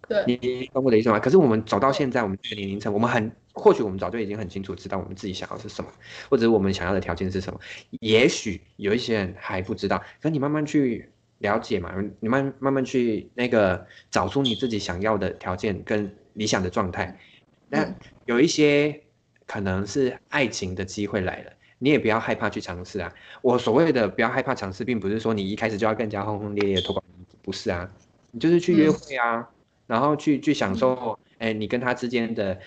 S2: 对，嗯
S1: 你懂我的意思吗？可是我们走到现在，我们这个年龄层，我们很或许我们早就已经很清楚知道我们自己想要是什么，或者我们想要的条件是什么。也许有一些人还不知道，可你慢慢去了解嘛，你慢慢慢去那个找出你自己想要的条件跟理想的状态。那
S2: 嗯
S1: 有一些可能是爱情的机会来了。你也不要害怕去尝试啊！我所谓的不要害怕尝试，并不是说你一开始就要更加轰轰烈烈、脱光衣服，不是啊，你就是去约
S2: 嗯
S1: 会啊，然后去去享
S2: 嗯
S1: 受，哎、你跟他之间的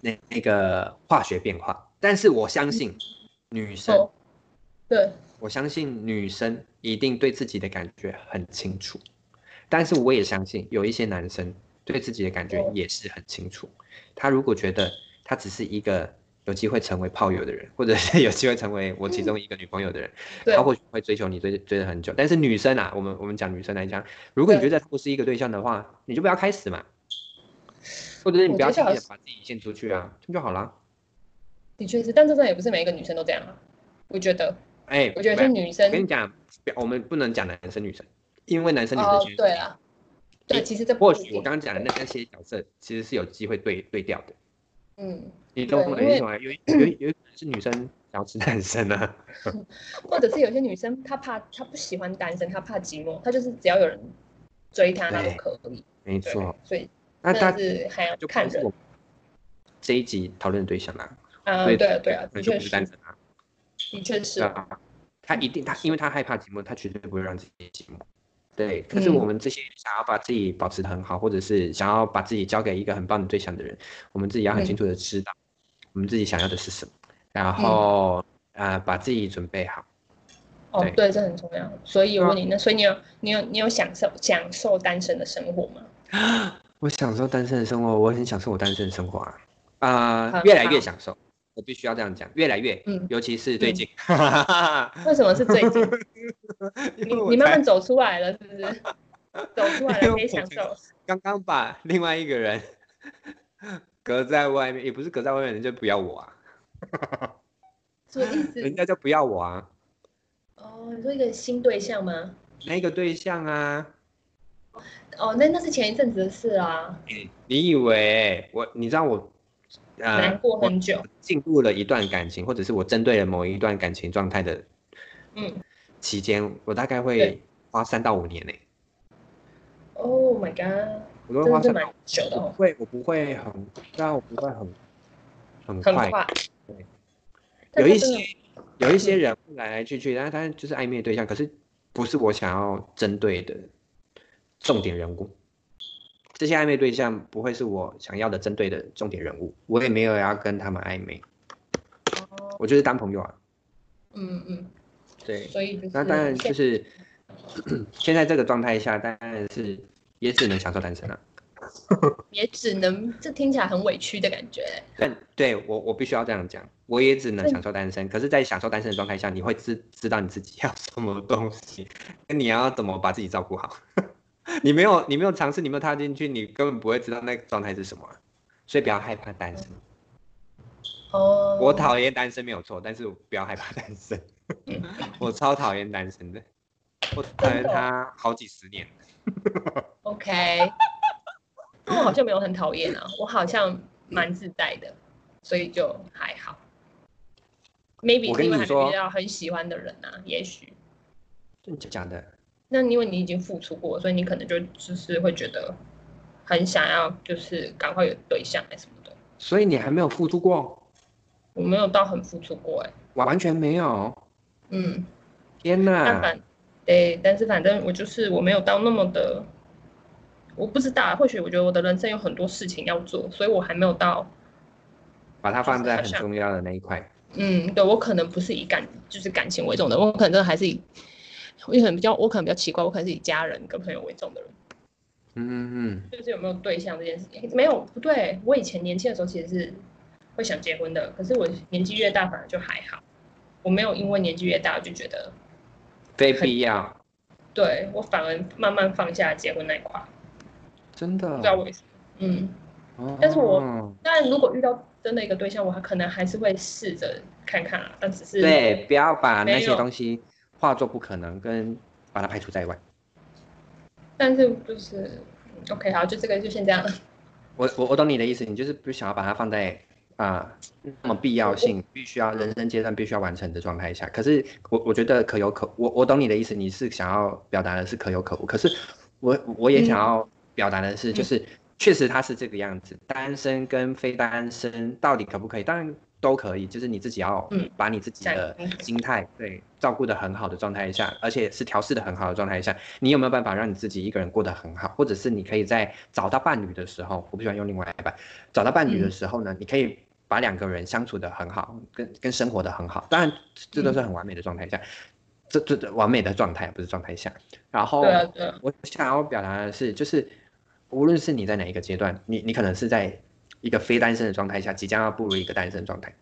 S1: 那那个化学变化。但是我相信女生，
S2: 哦，对，
S1: 我相信女生一定对自己的感觉很清楚，但是我也相信有一些男生对自己的感觉
S2: 哦
S1: 也是很清楚。他如果觉得他只是一个有机会成为炮友的人，或者是有机会成为我其中一个女朋友的人，
S2: 嗯对
S1: 他，或许会追求你追追了很久。但是女生啊，我们我们讲女生来讲，如果你觉
S2: 对
S1: 得他不是一个对象的话，你就不要开始嘛，或者是你
S2: 我
S1: 不要
S2: 觉得
S1: 轻易
S2: 好
S1: 地把自己献出去啊，这样就好啦。
S2: 的确是，但这真的也不是每一个女生都这样啊，我觉得，
S1: 哎、
S2: 我觉得
S1: 没有
S2: 是女
S1: 我跟你
S2: 生，
S1: 讲，不要我们不能讲男生女生，因为男生女生
S2: 哦
S1: 其实，
S2: 对啊，对，
S1: 你
S2: 其实这不
S1: 或
S2: 一
S1: 许我
S2: 定
S1: 刚刚讲的那那些角色其实是有机会对对调的。
S2: 嗯，
S1: 你懂我的
S2: 对因
S1: 意
S2: 为
S1: 思吗？有一有一有一可能是女生想要吃男生啊，
S2: 或者是有些女生她怕她不喜欢单身，她怕寂寞，她就是只要有人追她，她
S1: 对
S2: 就可以，
S1: 没
S2: 对
S1: 错。，
S2: 所以
S1: 那
S2: 真
S1: 大
S2: 的是还要
S1: 就不
S2: 看
S1: 是
S2: 人
S1: 我们这一集讨论的对象啦，
S2: 啊，
S1: 所以
S2: 对啊，对啊，
S1: 那
S2: 的
S1: 就
S2: 确
S1: 不是单
S2: 是，
S1: 身啊。
S2: 的确
S1: 对
S2: 是，嗯
S1: 啊，他一定他因为他害怕寂寞，他绝对不会让自己寂寞。对，可是
S2: 嗯
S1: 我们这些想要把自己保持的很好，或者是想要把自己交给一个很棒的对象的人，我们自己要很
S2: 嗯
S1: 清楚的知道我们自己想要的是什么，然后啊把自己准备好。
S2: 哦
S1: 对，
S2: 对，这很重要。所以我问
S1: 对啊
S2: 你，那所以你有你有你有享受享受单身的生活吗？
S1: 我享受单身的生活，我很享受我单身的生活啊，啊、
S2: 很
S1: 越来越
S2: 好
S1: 享受，我必须要这样讲，越来越，
S2: 嗯
S1: 尤其是最
S2: 嗯
S1: 近， 哈，
S2: 为什么是最 近？
S1: 因
S2: 你
S1: 为我
S2: 你慢
S1: 才
S2: 慢走出来了，是 不是？走出来
S1: 因为
S2: 了可以
S1: 我
S2: 享受。
S1: 刚刚把另外一个人 隔在外面，也不是隔在外面，人家不要我啊，
S2: 什么意
S1: 人
S2: 思？
S1: 家就不要我啊，
S2: 哦，你说一个新对象吗？
S1: 那个对象啊，
S2: 哦，那那是前一阵子的事啊，
S1: 你以为我，你知道我，
S2: 难
S1: 呃，
S2: 过很久。
S1: 进入了一段感情，或者是我针对了某一段感情状态的
S2: 嗯
S1: 期间，我大概会
S2: 对
S1: 花三到五年呢、
S2: ，Oh my god，
S1: 我都会
S2: 真
S1: 花
S2: 的是
S1: 三
S2: 蛮久的
S1: 我不
S2: 哦，
S1: 会，我不会很，但我不会很很
S2: 很
S1: 快。
S2: 快
S1: 对。
S2: 但
S1: 有一
S2: 是真的
S1: 些有一些人会来来去去，但是他就是暧昧对象，可是不是我想要针对的重点人物。这些暧昧对象不会是我想要的针对的重点人物，我也没有要跟他们暧昧，
S2: 哦
S1: 我就是当朋友啊。
S2: 嗯嗯，
S1: 对，
S2: 所以就是
S1: 那当然就
S2: 现
S1: 是 现在这个状态下，当然是也只能享受单身了、啊
S2: 也只能，这听起来很委屈的感觉。
S1: 但对我，我必须要这样讲，我也只能
S2: 嗯
S1: 享受单身。可是，在享受单身的状态下，你会知知道你自己要什么东西，跟你要怎么把自己照顾好。 你没有，你没有尝试，你没有踏进去，你根本不会知道那个状态是什么啊、所以不要害怕单身。
S2: 哦，
S1: 我讨厌单身没有错，但是我不要害怕单身。 我超讨厌单身的，我讨厌
S2: 真的哦
S1: 他好几十年。
S2: OK，那我好像没有很讨厌啊，我好像蛮自在的，所以就还好。Maybe
S1: 我
S2: 是
S1: 跟
S2: 因为
S1: 你
S2: 还
S1: 说
S2: 没遇到很喜欢的人啊，也许。
S1: 真的假的？
S2: 那因为你已经付出过，所以你可能就就是会觉得很想要，就是赶快有对象还是什么的。
S1: 所以你还没有付出过，
S2: 我没有到很付出过哎、
S1: 完全没有。
S2: 嗯，
S1: 天
S2: 但
S1: 哪，
S2: 反对，但是反正我就是我没有到那么的，我不知道啊，或许我觉得我的人生有很多事情要做，所以我还没有到，
S1: 把它放在很
S2: 好像
S1: 重要的那一块。
S2: 嗯，对我可能不是以感就是感情为重的，我可能真的还是以，我可能比较我可能比较奇怪，我可能是以家人跟朋友为重的人。
S1: 嗯嗯
S2: 就是有没有对象这件事情，没有不对。我以前年轻的时候其实是会想结婚的，可是我年纪越大反而就还好，我没有因为年纪越大就觉得，
S1: 嗯，非必要，
S2: 对我反而慢慢放下结婚那一块，
S1: 真的。
S2: 不知道为什么。嗯，但是我
S1: 哦
S2: 当然如果遇到真的一个对象，我还可能还是会试着看看啊，但只是
S1: 对，不要把那
S2: 没
S1: 些
S2: 有
S1: 东西化作不可能，跟把它排除在外。
S2: 但是就是嗯 OK 好，就这个就先这样。
S1: 我我我懂你的意思，你就是不想要把它放在啊、那么必要性，必须要人生阶段必须要完成的状态下。可是我我觉得可有可我我懂你的意思，你是想要表达的是可有可无。可是我我也想要表达的是，
S2: 嗯
S1: 就是确实它是这个样子，单身跟非单身到底可不可以？当然都可以，就是你自己要
S2: 嗯
S1: 把你自己的
S2: 嗯
S1: 心态对照顾的很好的状态下，而且是调试的很好的状态下，你有没有办法让你自己一个人过得很好？或者是你可以在找到伴侣的时候，我不喜欢用另外一半，找到伴侣
S2: 嗯
S1: 的时候呢，你可以把两个人相处的很好，跟跟生活的很好。当然，这这
S2: 嗯
S1: 都是很完美的状态下，这这这完美的状态不是状态下。然后，
S2: 对啊对啊，
S1: 我想要表达的是，就是无论是你在哪一个阶段，你你可能是在一个非单身的状态下，即将要步入一个单身的状态，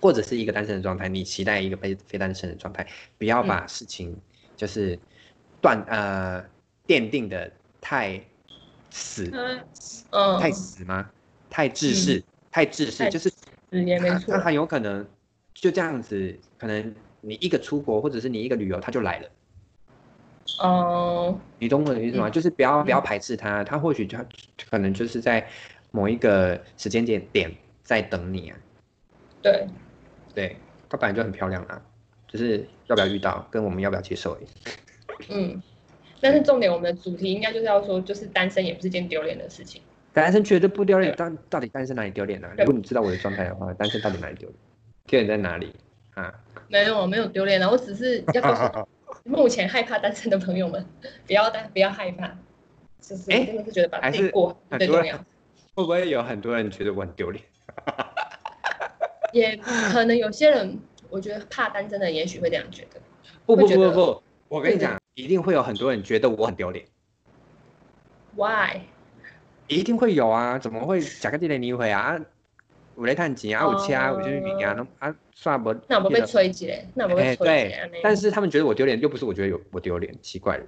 S1: 或者是一个单身的状态，你期待一个非非单身的状态，不
S2: 嗯
S1: 要把事情就是断、呃奠定的太死，
S2: 嗯嗯，
S1: 太死吗？太自私，太自私，
S2: 太
S1: 就是
S2: 嗯也没
S1: 他
S2: 错
S1: 他，很有可能就这样子，可能你一个出国或者是你一个旅游，他就来了。
S2: 哦，
S1: 你懂我的意思吗？就是不
S2: 嗯
S1: 要不要排斥他，他或许他可能就是在某一个时间点点在等你啊，
S2: 对，
S1: 对，他本来就很漂亮啊，就是要不要遇到，跟我们要不要接受而已。
S2: 嗯，但是重点，我们的主题应该就是要说，就是单身也不是件丢脸的事情。
S1: 单身绝对不丢脸，
S2: 对
S1: 但到底单身哪里丢脸呢、啊
S2: 对
S1: 如果你知道我的状态的话，单身到底哪里丢脸？丢脸在哪里啊？
S2: 没有，没有丢脸啊，我只是要 告诉目前害怕单身的朋友们，不要担，不要害怕，就是
S1: 哎
S2: 真的是觉得把自
S1: 还
S2: 己
S1: 是
S2: 过好
S1: 很
S2: 最
S1: 多
S2: 重
S1: 人
S2: 要。
S1: 会不会有很多人觉得我很丢脸？
S2: 也可能有些人，我觉得怕单身的，也许会这样觉得。
S1: 不不
S2: 会觉
S1: 不不
S2: 得
S1: 不，我跟你
S2: 会觉得
S1: 讲，一定会有很多人觉得我很丢脸，
S2: Why？
S1: 一定会有啊！怎么会假个地雷你回啊？我来探钱啊，
S2: 哦
S1: 我掐啊，我就是赢啊，啊算不？
S2: 那我们被吹起来，那我们
S1: 哎
S2: 被吹起
S1: 对
S2: 来，
S1: 但是他们觉得我丢脸，又不是我觉得有我丢脸，奇怪了。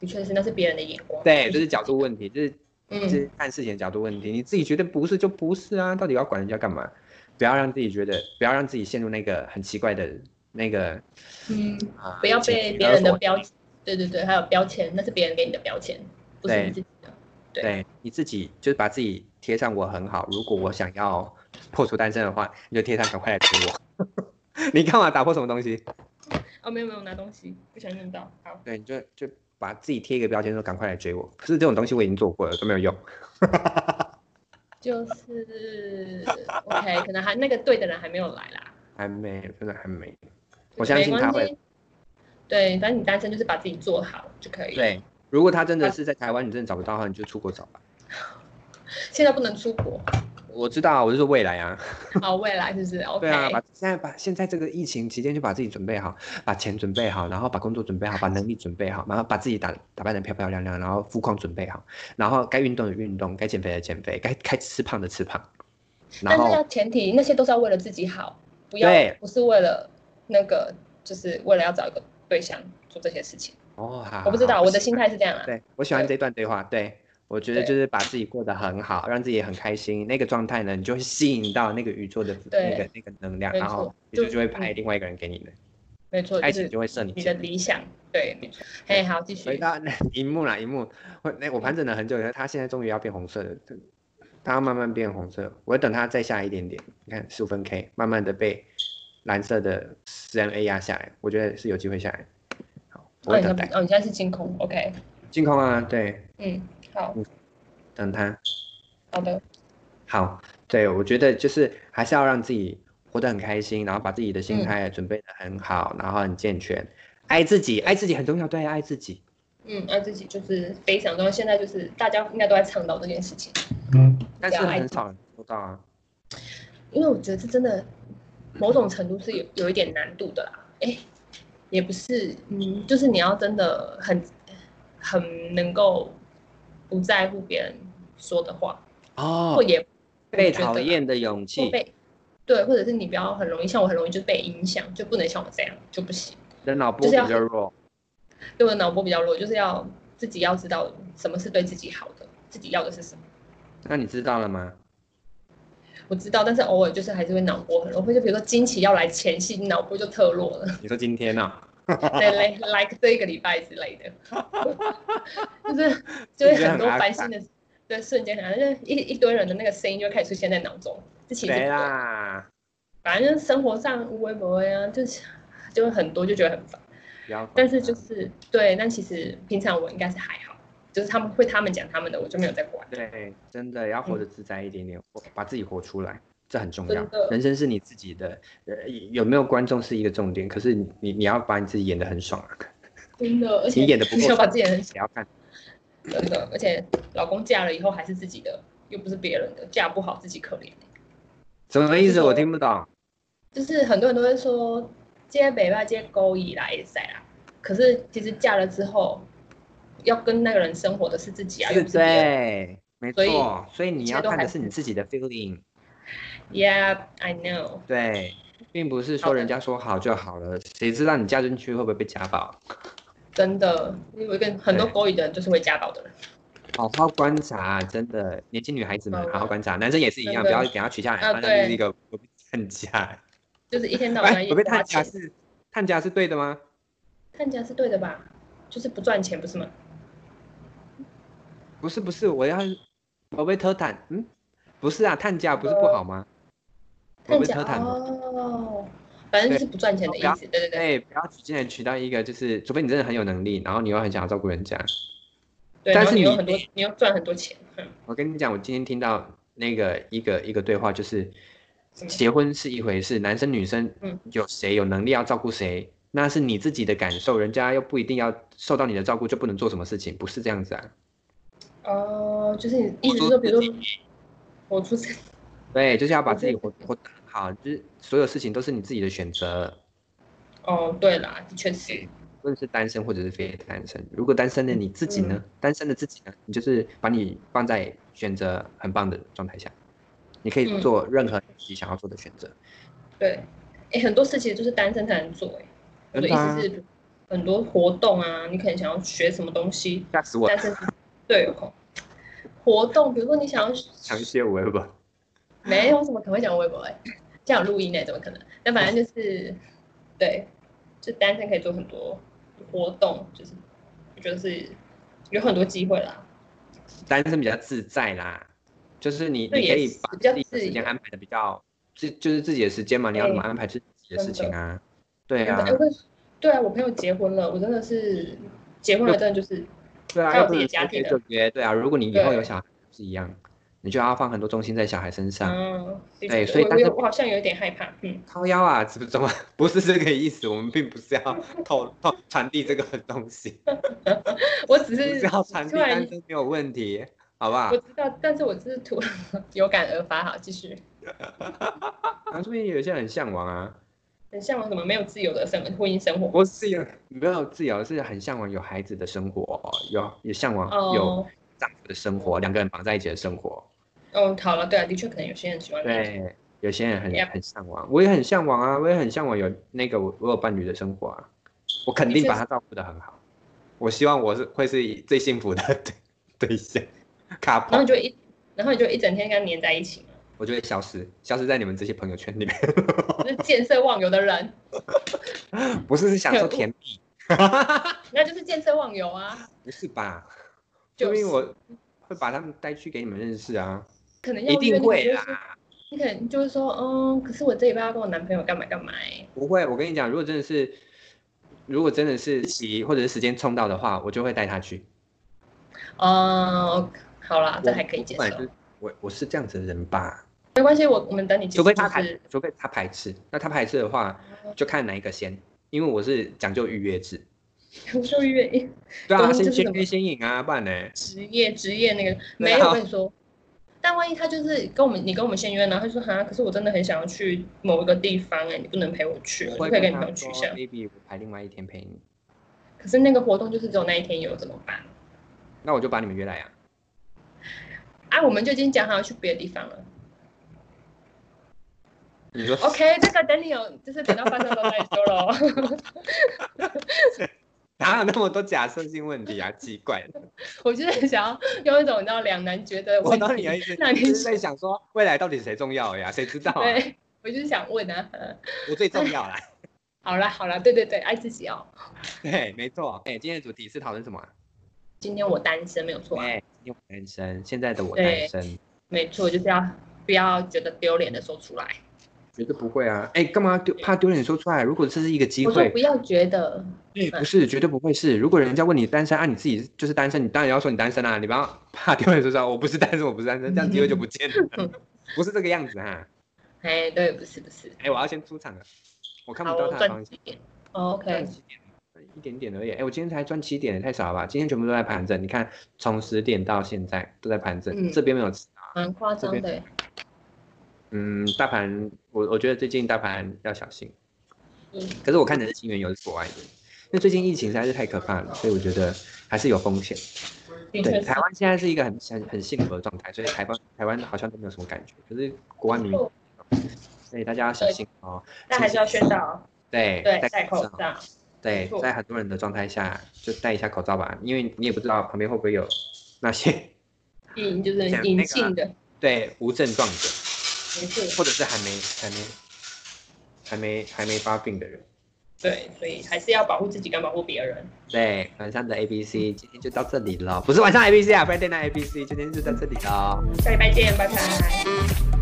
S2: 的确是那是别人的眼光。
S1: 对，这是角度问题，这是这
S2: 嗯，
S1: 是看事情的角度问题。你自己觉得不是就不是啊，到底要管人家干嘛？不要让自己觉得，不要让自己陷入那个很奇怪的那个
S2: 嗯，
S1: 啊，
S2: 不要
S1: 情
S2: 被
S1: 绪
S2: 别
S1: 勒
S2: 人的
S1: 索
S2: 标，对对对，还有标签，那是别人给你的标签，不是
S1: 对
S2: 你自己的。对
S1: 对你自己就是把自己贴上我很好。如果我想要破除单身的话，你就贴上赶快来陪我。 你干嘛打破什么东西？
S2: 哦，没有没有拿东西，不小心弄到。好，
S1: 对，你就就把自己贴一个标签说赶快来追我。可是这种东西我已经做过了，都没有用。
S2: 就是 OK，可能还那个对的人还没有来啦。
S1: 还没，真的还没。我相信
S2: 没
S1: 他
S2: 关
S1: 会
S2: 系。对，反正你单身就是把自己做好就可以。，
S1: 对，如果他真的是在台湾，你真的找不到的话，你就出国找吧。
S2: 现在不能出国，
S1: 我知道啊，我是说未来啊，
S2: 好，未来是不是？OK，
S1: 对啊，把现在把现在这个疫情期间就把自己准备好，把钱准备好，然后把工作准备好，把能力准备好，然后把自己打打扮得漂漂亮亮，然后肤况准备好，然后该运动的运动，该减肥的减肥，该该吃胖的吃胖，然
S2: 但是要
S1: 后
S2: 前提那些都是要为了自己好，不要
S1: 对
S2: 不是为了那个，就是为了要找一个对象做这些事情。
S1: 哦，好
S2: 我不知
S1: 好
S2: 道，
S1: 好
S2: 我的心态是这样啊。
S1: 对我喜欢这
S2: 对
S1: 段对话，对我觉得
S2: 对
S1: 就是把自己过得很好，让自己很开心，那个状态呢，你就会吸引到那个宇宙的那个
S2: 对
S1: 那个能量，
S2: 没
S1: 然后
S2: 错
S1: 宇宙
S2: 就
S1: 就会派另外一个人给你的，
S2: 没错，
S1: 爱
S2: 就
S1: 情
S2: 是
S1: 就会射你
S2: 你的
S1: 箭。
S2: 理想。对，没错。嘿，好，继
S1: 回
S2: 续。
S1: 到那 荧幕啦，荧幕，我那我盘整了很久，它现在终于要变红色了，它要慢慢变红色，我等它再下一点点，你看十五分 K，慢慢的被蓝色的 CMA 压下来，我觉得是有机会下来。好，我
S2: 哦，
S1: 会
S2: 你
S1: 等
S2: 现
S1: 待
S2: 在哦，你现在是清空，OK，
S1: 净空啊，对，
S2: 嗯，好
S1: 等它。
S2: 好的，
S1: 好，对，我觉得就是还是要让自己活得很开心，然后把自己的心
S2: 嗯
S1: 态准备的很好，然后很健全，爱自己，爱自己很重要，对，爱自己。
S2: 嗯，爱自己就是非常重要。现在就是大家应该都在倡导这件事情，
S1: 但
S2: 对啊
S1: 是
S2: 爱
S1: 很
S2: 自
S1: 少人做到啊。
S2: 因为我觉得这真的某种程度是有有一点难度的啦。哎，也不是，嗯，就是你要真的很很能够不在乎别人说的话，或
S1: 哦，
S2: 也
S1: 被
S2: 我觉得
S1: 讨厌的勇
S2: 或
S1: 气，
S2: 被对，或者是你不要很容易像我很容易就被影响，就不能像我这样就不行。
S1: 人脑波
S2: 就
S1: 比
S2: 是
S1: 较
S2: 要
S1: 弱。
S2: 对我的脑波比较弱，就是要自己要知道什么是对自己好的，自己要的是什么。
S1: 那你知道了吗？
S2: 我知道，但是偶尔就是还是会脑波很弱，会就比如说惊奇要来前夕，脑波就特弱 了，
S1: 你说今天哦 呢？
S2: 对来 like 这一个礼拜之类的， 就是就会很多烦心的，对，瞬间很就是一一堆人的那个声音就会开始出现在脑中，这其实不
S1: 谁
S2: 对
S1: 啦？
S2: 反正生活上无微不微啊，就是就会很多就觉得很烦。
S1: 不要管
S2: 但是就
S1: 他
S2: 是对，但其实平常我应该是还好，就是他们会他们讲他们的，我就没有在管。
S1: 对，真的要活得自在一点点，活把自己活出来，这很重
S2: 嗯真
S1: 要
S2: 的。
S1: 人生是你自己的，呃，有没有观众是一个重点，可是你你你要把你自己演得很爽啊，
S2: 真的，而且
S1: 你演得不够
S2: 要
S1: 爽，
S2: 把自己人
S1: 不要看。
S2: 真的，而且老公嫁了以后还是自己的，又不是别人的，嫁不好自己可怜。
S1: 什么意
S2: 就是
S1: 思？我
S2: 说
S1: 听不懂。
S2: 就是很多人都会说，接北拜接勾引啦，也塞啦。可是其实嫁了之后，要跟那个人生活的是自己啊，又
S1: 是
S2: 不是别人。
S1: 对，没
S2: 所以
S1: 错。所以
S2: 一
S1: 你
S2: 切
S1: 要
S2: 都
S1: 看的
S2: 还
S1: 是你自己的 feeling，
S2: Yeah, I know。
S1: 对，并不是
S2: 好
S1: 说
S2: 的
S1: 人家说好就好了，谁知道你嫁进去会不会被家暴？
S2: 真的，因为跟很多勾引的人就是会家暴的人。
S1: 好好观察，真的，年轻女孩子们
S2: 好
S1: 好好观察，男生也是一样，
S2: 嗯真
S1: 不
S2: 的
S1: 要给他取下来，
S2: 啊
S1: 不然他就是
S2: 对
S1: 一个不被探家。
S2: 就是一天到晚在
S1: 哎，
S2: 夜
S1: 不被
S2: 花
S1: 探家
S2: 钱。
S1: 是探家是对的吗？
S2: 探家是对的吧？就是不赚钱，不是吗？
S1: 不是不是，我要我被偷探，嗯，不是啊，探家不是不好吗？我
S2: 探
S1: 被
S2: 家
S1: 偷探吗？
S2: 哦，反正就是不赚钱的意思。对对对
S1: 对，不要进来娶到一个，就是除非你真的很有能力，然后你又很想要照顾人家。
S2: 对，
S1: 但
S2: 然
S1: 是你
S2: 后你有很多，你又赚很多钱。嗯，
S1: 我跟你讲，我今天听到那个一个一个对话，就是
S2: 什么
S1: 结婚是一回事，男生女生
S2: 嗯
S1: 有谁有能力要照顾谁，那是你自己的感受，人家又不一定要受到你的照顾就不能做什么事情，不是这样子啊。
S2: 哦，就是你意思是说，比如说我出生，
S1: 对，就是要把
S2: 我觉
S1: 自己
S2: 得
S1: 活活得好，就是所有事情都是你自己的选择，
S2: 哦，对啦，的确是，
S1: 无论是单身或者是非单身。如果单身的
S2: 嗯
S1: 你自己呢？单身的自己呢？你就是把你放在选择很棒的状态下，你可以
S2: 嗯
S1: 做任何你想要做的选择。
S2: 对。哎，很多事情就是单身才能做。哎，我的
S1: 真
S2: 意
S1: 的啊
S2: 思是，很多活动啊，你可能想要学什么东西，
S1: 吓死我！
S2: 单身是对有空活动，比如说你想要
S1: 想一些我也不。
S2: 没有，我怎么可能会讲微博、欸？这样有录音欸呢、怎么可能？那反正就是，对，就单身可以做很多活动，就是我觉得是有很多机会啦。
S1: 单身比较自在啦，就是你
S2: 对
S1: 你可
S2: 也
S1: 以
S2: 是
S1: 把
S2: 比较
S1: 自己的
S2: 自
S1: 时间
S2: 由
S1: 安排的比较，自就是自己的时间嘛，你要怎么安排是自己的
S2: 真
S1: 事
S2: 的
S1: 情啊？对
S2: 真的
S1: 啊
S2: 哎，我跟对啊，我朋友结婚了，我真的是结婚了，真的就是
S1: 对啊，
S2: 他有
S1: 要不
S2: 自己
S1: 能说
S2: 的家庭
S1: 约
S2: 的
S1: 就约，对啊。如果你以后
S2: 对
S1: 有小孩是一样，你就要放很多重心在小孩身上。
S2: 嗯，
S1: 对哎所以
S2: 我
S1: 单
S2: 我
S1: 身
S2: 有我好像有点害怕，嗯，
S1: 掏腰啊，怎么怎么 不是这个意思？我们并不是要透透传递这个东 西，
S2: 我只
S1: 不
S2: 是
S1: 是要传递
S2: 突然
S1: 单身没有问题，好不好
S2: 我？知道，但是我只是突然 有感而发，好，继续。
S1: 啊，说不定有些人很向往啊，
S2: 很向往什么没有自由的生婚姻生活
S1: 不是有没有自由，是很向往有孩子的生活，有也向往有
S2: 哦，
S1: 丈夫的生活，两个人绑在一起的生活。
S2: 嗯，好了，对啊，的确可能有些人喜欢那种，
S1: 对，有些人很
S2: Yep
S1: 很向往，我也很向往啊，我也很向往有那个我我有伴侣的生活啊，我肯定
S2: 的确
S1: 把他照顾得很好。我希望我是会是最幸福的 对对象，卡
S2: 然后
S1: 碰
S2: 你就一，然后你就一整天跟他黏在一起嘛，
S1: 我就会消失，消失在你们这些朋友圈里面。
S2: 就是见色忘友的人，
S1: 不是是享受
S2: 可恶
S1: 甜蜜，
S2: 那就是见色忘友啊，
S1: 不是吧？
S2: 就
S1: 说
S2: 是
S1: 明我会把他们带去给你们认识啊，
S2: 可能要
S1: 一定会
S2: 啦
S1: 啦。。
S2: 你可能就是说，嗯，可是我这礼拜要跟我男朋友干嘛干嘛、欸，
S1: 不会，我跟你讲，如果真的是，如果真的是急或者是时间冲到的话，我就会带他去。
S2: 嗯，好啦，这还可以接
S1: 我本来就
S2: 受，
S1: 是我我是这样子的人吧，
S2: 没关系，我我们等你结
S1: 除
S2: 束
S1: 非
S2: 就
S1: 他排
S2: 是，
S1: 除非他排斥，那他排斥的话，就看哪一个先，因为我是讲究预约制。
S2: 我就愿意
S1: 对
S2: 懂
S1: 啊，
S2: 这
S1: 先
S2: 哦是
S1: 先
S2: 什么
S1: 约先赢啊，不然呢？
S2: 职业职业那个没
S1: 对啊
S2: 有，我跟你说。但万一他就是跟我们，你跟我们先约，然后他说哈，可是我真的很想要去某一个地方哎、你不能陪我去，我
S1: 我会
S2: 就可以
S1: 跟
S2: 跟你
S1: 他
S2: 朋友取
S1: 说
S2: 消。
S1: ，maybe 我排另外一天陪你，
S2: 可是那个活动就是只有那一天有，怎么办？
S1: 那我就把你们约来啊。
S2: 啊，我们就已经讲好要去别的地方了。
S1: 你说
S2: OK，这个等你有，就是等到发生的时候再说喽。
S1: 哪有那么多假设性问题啊？奇怪，
S2: 我就是想要用一种你知道两难觉得的
S1: 我
S2: 问
S1: 懂你
S2: 题
S1: 的意思，
S2: 那你
S1: 就是在想说未来到底谁重要呀？谁知道、啊？
S2: 对，我就是想问啊。呃
S1: 我最重要啦。
S2: 好啦好啦，对对对，爱自己哦。
S1: 对，没错。哎、今天的主题是讨论什么、啊？
S2: 今天我单身没有错啊，
S1: 哎、今天我单身，现在的我单
S2: 对
S1: 身，
S2: 没错，就是要不要觉得丢脸的说出来。
S1: 绝对不会啊！哎、干嘛丢怕丢脸说出来？如果这是一个机
S2: 我说
S1: 会
S2: 不，要觉得，
S1: 对，不是，绝对不会是。如果人家问你单身啊，你自己就是单身，你当然要说你单身啊，你不要怕丢脸说出来，我不是单身，我不是单身，这样机会就不见 了，不是这个样子啊！
S2: 哎，对，不是不是，
S1: 哎、我要先出场了，我看不
S2: 好，
S1: 到
S2: 我
S1: 他的
S2: 赚
S1: 方向。
S2: 几点？OK，
S1: 赚点，一点点而已。哎、我今天才赚七点，也太少了吧？今天全部都在盘整，你看从十点到现在都在盘整，
S2: 嗯
S1: 这边没有吃啊。
S2: 蛮夸张的。
S1: 嗯，大盘我我觉得最近大盘要小心，
S2: 嗯，
S1: 可是我看的是新源油是国外的，因为最近疫情实在是太可怕了，所以我觉得还是有风险。
S2: 的
S1: 对，
S2: 确是
S1: 台。湾现在是一个很很很幸福的状态，所以台湾台湾好像都没有什么感觉，可是国外明明，所以大家要小心哦。
S2: 但还是要宣导，
S1: 对，
S2: 对，戴口罩。
S1: 对
S2: 没，错
S1: 在很多人的状态下，就戴一下口罩吧，因为你也不知道旁边会不会有那些
S2: 隐就是
S1: 讲那
S2: 隐
S1: 个啊
S2: 性的，
S1: 对无症状者，
S2: 没错，
S1: 或者是还没还没还没还没发病的人。
S2: 对，所以还是要保护自己跟保护别人。
S1: 对，晚上的 A B C 今天就到这里了，不是晚上 A B C 啊，Friday night A B C 今天就到这里了。
S2: 下礼拜见，拜拜。